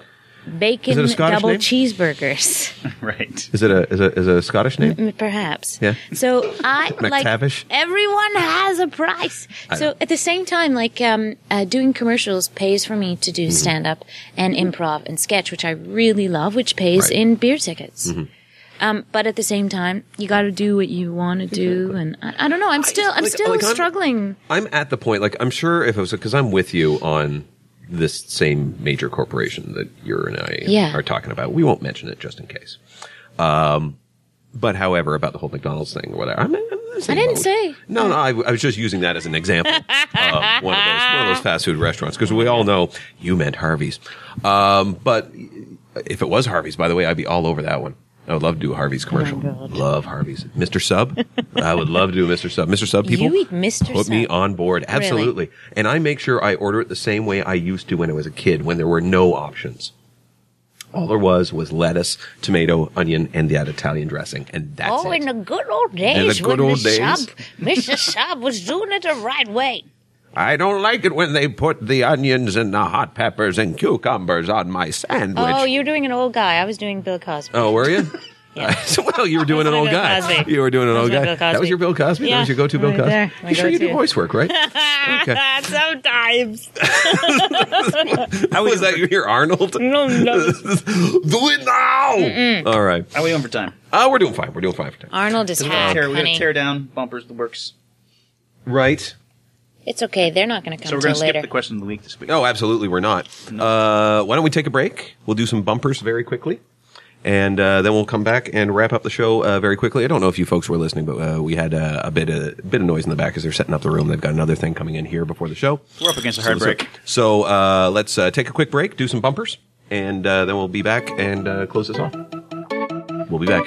[SPEAKER 3] bacon
[SPEAKER 2] Scottish
[SPEAKER 3] double
[SPEAKER 2] name?
[SPEAKER 3] cheeseburgers
[SPEAKER 1] right.
[SPEAKER 2] Is it a is it is it a Scottish name?
[SPEAKER 3] Mm, Perhaps.
[SPEAKER 2] Yeah.
[SPEAKER 3] So I like
[SPEAKER 2] McTavish?
[SPEAKER 3] everyone has a price. So at the same time, like um, uh, doing commercials pays for me to do
[SPEAKER 2] Mm-hmm.
[SPEAKER 3] stand up and improv and sketch, which I really love, which pays
[SPEAKER 2] Right. Mm-hmm.
[SPEAKER 3] in beer tickets. Um, but at the same time, you got to do what you want to do, and I, I don't know. I'm still, I'm
[SPEAKER 2] like-
[SPEAKER 3] still
[SPEAKER 2] like I'm-
[SPEAKER 3] struggling.
[SPEAKER 2] I'm at the point, like, I'm sure if it was, because I'm with you on this same major corporation that you and I
[SPEAKER 3] Yeah.
[SPEAKER 2] are talking about. We won't mention it just in case. Um, but however, about the whole McDonald's thing or whatever, I'm, I'm in the same
[SPEAKER 3] I didn't
[SPEAKER 2] boat.
[SPEAKER 3] say.
[SPEAKER 2] No, no, I, w- I was just using that as an example of one of those, one of those fast food restaurants, because we all know you meant Harvey's. Um, but if it was Harvey's, by the way, I'd be all over that one. I would love to do a Harvey's commercial.
[SPEAKER 3] Oh God.
[SPEAKER 2] love Harvey's. Mr. Sub? I would love to do a Mr. Sub. Mr. Sub people.
[SPEAKER 3] You eat Mr.
[SPEAKER 2] Put me
[SPEAKER 3] Sub.
[SPEAKER 2] on board. Absolutely. And I make sure I order it the same way I used to when I was a kid, when there were no options. All there was was lettuce, tomato, onion, and that Italian dressing. And that's
[SPEAKER 3] Oh,
[SPEAKER 2] it.
[SPEAKER 3] in the good old
[SPEAKER 2] In the
[SPEAKER 3] days,
[SPEAKER 2] good
[SPEAKER 3] when
[SPEAKER 2] old
[SPEAKER 3] Miss
[SPEAKER 2] days.
[SPEAKER 3] Sub, Mr. Sub was doing it the right way.
[SPEAKER 2] I don't like it when they put the onions and the hot peppers and cucumbers on my sandwich.
[SPEAKER 3] Oh, you're doing an old guy. I was doing Bill Cosby.
[SPEAKER 2] Oh, were you? well, you were doing an
[SPEAKER 3] my
[SPEAKER 2] old
[SPEAKER 3] Bill
[SPEAKER 2] guy.
[SPEAKER 3] Cosby.
[SPEAKER 2] You were doing an
[SPEAKER 3] That
[SPEAKER 2] old
[SPEAKER 3] was my
[SPEAKER 2] guy.
[SPEAKER 3] Bill
[SPEAKER 2] That was
[SPEAKER 3] Cosby.
[SPEAKER 2] your Bill Cosby. That
[SPEAKER 3] Yeah,
[SPEAKER 2] was your go-to Bill
[SPEAKER 3] right
[SPEAKER 2] Cosby.
[SPEAKER 3] there. My
[SPEAKER 2] You sure you
[SPEAKER 3] go-to.
[SPEAKER 2] do voice work, right? okay.
[SPEAKER 3] Sometimes.
[SPEAKER 2] How was that? Your Arnold?
[SPEAKER 3] No, no.
[SPEAKER 2] Do it now! All right.
[SPEAKER 1] Are we on for time?
[SPEAKER 2] Uh, we're doing fine. We're doing fine for time.
[SPEAKER 3] Arnold is
[SPEAKER 1] We're gonna
[SPEAKER 3] hacked,
[SPEAKER 1] tear, we're
[SPEAKER 3] honey.
[SPEAKER 1] gonna tear down bumpers, the works.
[SPEAKER 2] Right.
[SPEAKER 3] It's okay. They're not going to come
[SPEAKER 1] So we're
[SPEAKER 3] till
[SPEAKER 1] gonna skip
[SPEAKER 3] later.
[SPEAKER 1] the question of the week this week.
[SPEAKER 2] Oh, absolutely, we're not. Uh, why don't we take a break? We'll do some bumpers very quickly. And uh, then we'll come back and wrap up the show uh, very quickly. I don't know if you folks were listening, but uh, we had uh, a bit of, bit of noise in the back as they're setting up the room. They've got another thing coming in here before the show.
[SPEAKER 1] We're up against a hard
[SPEAKER 2] So-
[SPEAKER 1] break.
[SPEAKER 2] So uh, let's uh, take a quick break, do some bumpers, and uh, then we'll be back and uh, close this off. We'll be back.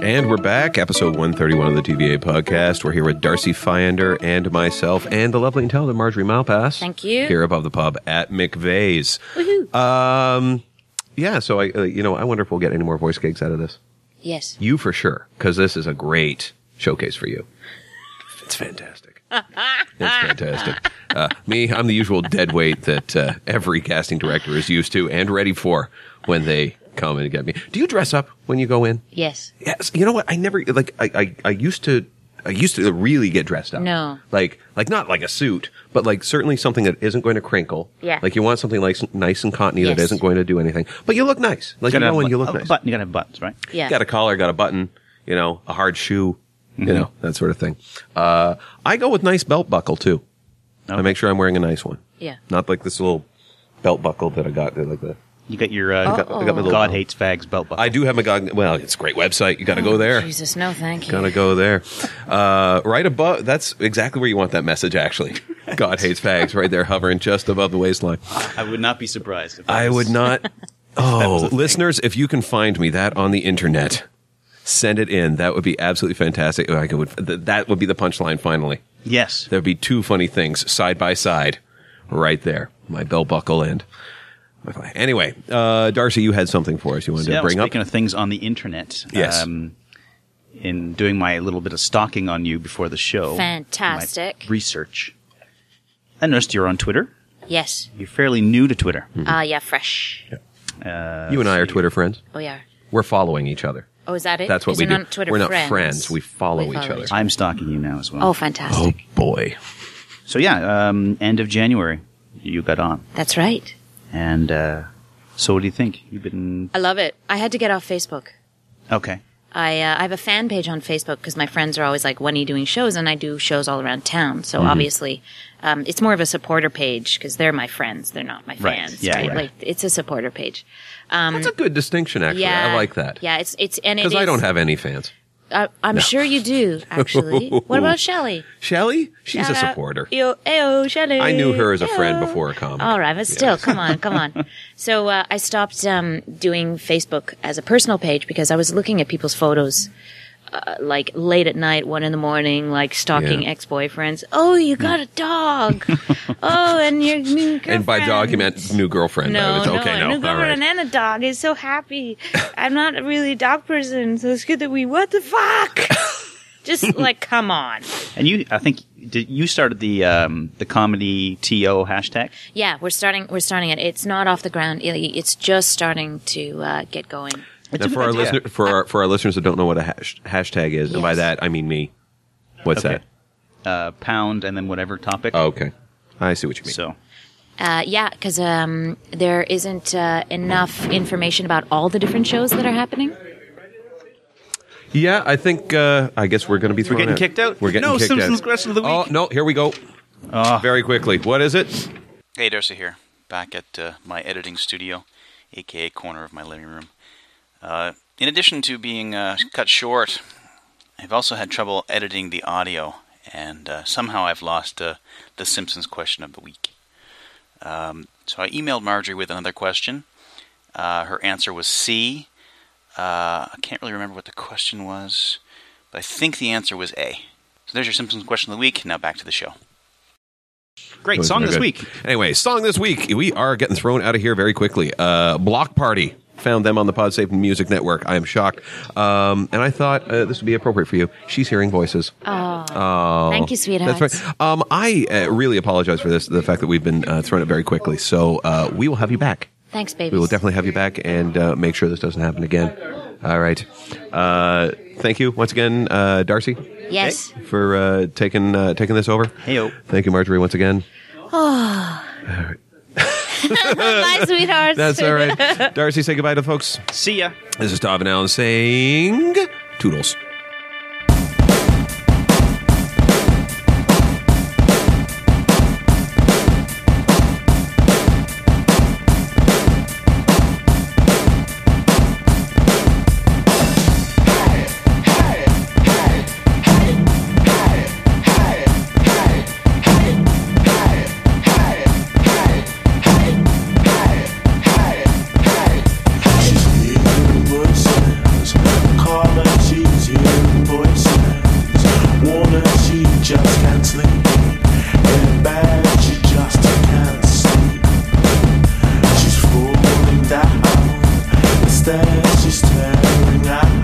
[SPEAKER 2] And we're back, episode 131 of the TVA podcast. We're here with Darcy Finder and myself and the lovely and talented Marjorie Malpass.
[SPEAKER 3] Thank you.
[SPEAKER 2] Here above the pub at McVeigh's.
[SPEAKER 3] Woohoo.
[SPEAKER 2] Um, yeah, so I, uh, you know, I wonder if we'll get any more voice gigs out of this.
[SPEAKER 3] yes.
[SPEAKER 2] Uh, You for sure, because this is a great showcase for you. It's fantastic. It's fantastic. Uh, me, I'm the usual dead weight that uh, every casting director is used to and ready for when they come and get me. Do you dress up when you go in?
[SPEAKER 3] Yes.
[SPEAKER 2] Yes. You know what? I never like. I I, I used to. I used to really get dressed up.
[SPEAKER 3] No.
[SPEAKER 2] Like like not like a suit, but like certainly something that isn't going to crinkle.
[SPEAKER 3] Yeah.
[SPEAKER 2] Like you want something like s- nice and cottony that
[SPEAKER 3] Yes.
[SPEAKER 2] isn't going to do anything, but you look nice. Like
[SPEAKER 1] Gotta
[SPEAKER 2] you know
[SPEAKER 1] have Oh,
[SPEAKER 2] when
[SPEAKER 1] bu-
[SPEAKER 2] you look
[SPEAKER 1] a
[SPEAKER 2] nice.
[SPEAKER 1] Button, you gotta have buttons, right?
[SPEAKER 3] Yeah.
[SPEAKER 2] Got a collar, got a button, you know, a hard shoe, you know, that sort of thing. Uh, I go with nice belt buckle too. I
[SPEAKER 1] Okay.
[SPEAKER 2] make sure I'm wearing a nice one.
[SPEAKER 3] Yeah.
[SPEAKER 2] Not like this little belt buckle that I got. Like the,
[SPEAKER 1] You got your uh,
[SPEAKER 2] I got- I got my little-
[SPEAKER 1] God hates fags belt buckle.
[SPEAKER 2] I do have my god. Well, it's a great website. You got
[SPEAKER 3] Oh,
[SPEAKER 2] to go there.
[SPEAKER 3] Jesus, no, thank you.
[SPEAKER 2] Gotta go there. Uh, right above, that's exactly where you want that message, actually. God hates fags, right there, hovering just above the waistline.
[SPEAKER 1] I would not be surprised. If that
[SPEAKER 2] I
[SPEAKER 1] was-
[SPEAKER 2] would not.
[SPEAKER 1] was a
[SPEAKER 2] Oh,
[SPEAKER 1] thing.
[SPEAKER 2] listeners, if you can find me that on the internet, send it in. That would be absolutely fantastic. I could, th- that would be the punchline finally.
[SPEAKER 1] Yes.
[SPEAKER 2] There'd be two funny things side by side right there. My bell buckle and my fly. Anyway, uh, Darcy, you had something for us you wanted
[SPEAKER 1] Yeah,
[SPEAKER 2] to
[SPEAKER 1] well,
[SPEAKER 2] bring up.
[SPEAKER 1] speaking of things on the internet, um,
[SPEAKER 2] Yes.
[SPEAKER 1] in doing my little bit of stalking on you before the show,
[SPEAKER 3] Fantastic.
[SPEAKER 1] my research. I noticed you're on Twitter.
[SPEAKER 3] yes.
[SPEAKER 1] You're fairly new to Twitter.
[SPEAKER 2] Hmm.
[SPEAKER 3] Ah, yeah, fresh.
[SPEAKER 2] you and I are Twitter friends.
[SPEAKER 3] Oh, yeah.
[SPEAKER 2] We're following each other.
[SPEAKER 3] Oh, is that it?
[SPEAKER 2] That's what
[SPEAKER 3] Is
[SPEAKER 2] we
[SPEAKER 3] it
[SPEAKER 2] do.
[SPEAKER 3] not Twitter
[SPEAKER 2] We're not friends. We follow each other.
[SPEAKER 1] I'm stalking you now as well.
[SPEAKER 3] Oh, fantastic.
[SPEAKER 2] Oh boy.
[SPEAKER 1] So yeah, um, end of January, you got on,
[SPEAKER 3] That's right.
[SPEAKER 1] and uh, so what do you think? You've been
[SPEAKER 3] I love it. I had to get off Facebook.
[SPEAKER 1] okay.
[SPEAKER 3] I, uh, I have a fan page on Facebook because my friends are always like, when are you doing shows? And I do shows all around town.
[SPEAKER 2] Mm-hmm.
[SPEAKER 3] So obviously, um, it's more of a supporter page because they're my friends. They're not my
[SPEAKER 1] Right.
[SPEAKER 3] fans.
[SPEAKER 1] Yeah,
[SPEAKER 3] right?
[SPEAKER 1] yeah.
[SPEAKER 3] Like, it's a supporter page.
[SPEAKER 2] That's a good distinction, actually.
[SPEAKER 3] Um, Yeah.
[SPEAKER 2] I like that.
[SPEAKER 3] Yeah, it's, it's, and it
[SPEAKER 2] Because I
[SPEAKER 3] is-
[SPEAKER 2] don't have any fans.
[SPEAKER 3] I, I'm sure you do, actually. what about Shelly?
[SPEAKER 2] Shelly? She's a
[SPEAKER 3] Shout out.
[SPEAKER 2] supporter.
[SPEAKER 3] Yo, ayo, Shelly.
[SPEAKER 2] I knew her as a friend
[SPEAKER 3] Ayo.
[SPEAKER 2] before a comedy.
[SPEAKER 3] All right, but still, come on, come on. So uh, I stopped um, doing Facebook as a personal page because I was looking at people's photos. Uh, like late at night, one in the morning, like stalking
[SPEAKER 2] Yeah.
[SPEAKER 3] ex boyfriends. Oh, you got a dog. oh, and your new girlfriend.
[SPEAKER 2] And by dog, you meant new girlfriend.
[SPEAKER 3] No,
[SPEAKER 2] I was-
[SPEAKER 3] no,
[SPEAKER 2] okay,
[SPEAKER 3] a new
[SPEAKER 2] no. All right.
[SPEAKER 3] girlfriend and a dog is so happy. I'm not really a dog person, so it's good that we. What the fuck? Just like, come on.
[SPEAKER 1] And you, I think, did, you started the um, the comedy to hashtag.
[SPEAKER 3] Yeah, we're starting. We're starting it. It's not off the ground. It- It's just starting to uh, get going.
[SPEAKER 2] Now, for our
[SPEAKER 1] Yeah.
[SPEAKER 2] listener, for our for our listeners that don't know what a hash, hashtag is, and by
[SPEAKER 3] Yes.
[SPEAKER 2] that I mean me. What's
[SPEAKER 1] Okay.
[SPEAKER 2] that?
[SPEAKER 1] Uh, pound and then whatever topic.
[SPEAKER 2] Oh, okay. I see what you mean.
[SPEAKER 1] So
[SPEAKER 3] Uh, yeah, because um, there isn't uh, enough information about all the different shows that are happening.
[SPEAKER 2] yeah, I think uh, I guess we're going to be thrown
[SPEAKER 1] getting
[SPEAKER 2] out.
[SPEAKER 1] kicked out?
[SPEAKER 2] We're getting
[SPEAKER 1] No,
[SPEAKER 2] kicked
[SPEAKER 1] Simpsons
[SPEAKER 2] out.
[SPEAKER 1] question of the
[SPEAKER 2] Oh
[SPEAKER 1] week. Ah.
[SPEAKER 2] no! Here we go. Very quickly. What is it?
[SPEAKER 4] Hey, Darcy here, back at uh, my editing studio, aka corner of my living room. Uh, in addition to being uh, cut short, I've also had trouble editing the audio, and uh, somehow I've lost uh, the Simpsons question of the week. Um, so I emailed Marjorie with another question. Uh, her answer was C. Uh, I can't really remember what the question was, but I think the answer was A. So there's your Simpsons question of the week. Now back to the show.
[SPEAKER 1] great
[SPEAKER 2] Those
[SPEAKER 1] song
[SPEAKER 2] are
[SPEAKER 1] this
[SPEAKER 2] good.
[SPEAKER 1] week.
[SPEAKER 2] Anyway, song this week. We are getting thrown out of here very quickly. Uh, Block Party. Found them on the PodSafe Music Network. I am shocked. Um, and I thought uh, this would be appropriate for you. She's hearing voices.
[SPEAKER 3] Oh,
[SPEAKER 2] Oh,
[SPEAKER 3] thank you, sweetheart.
[SPEAKER 2] That's right. Um, I uh, really apologize for this, the fact that we've been uh, thrown out very quickly. So uh, we will have you back.
[SPEAKER 3] Thanks, baby.
[SPEAKER 2] We will definitely have you back and uh, make sure this doesn't happen again. All right. Uh, thank you once again, uh, Darcy,
[SPEAKER 3] Yes.
[SPEAKER 2] for uh, taking uh, taking this over.
[SPEAKER 1] Heyo.
[SPEAKER 2] Thank you, Marjorie, once again.
[SPEAKER 3] Bye, sweethearts.
[SPEAKER 2] That's all right. Darcy, say goodbye to the folks.
[SPEAKER 1] See ya.
[SPEAKER 2] This is Dobbin Allen saying toodles.
[SPEAKER 5] that she's tearing at me.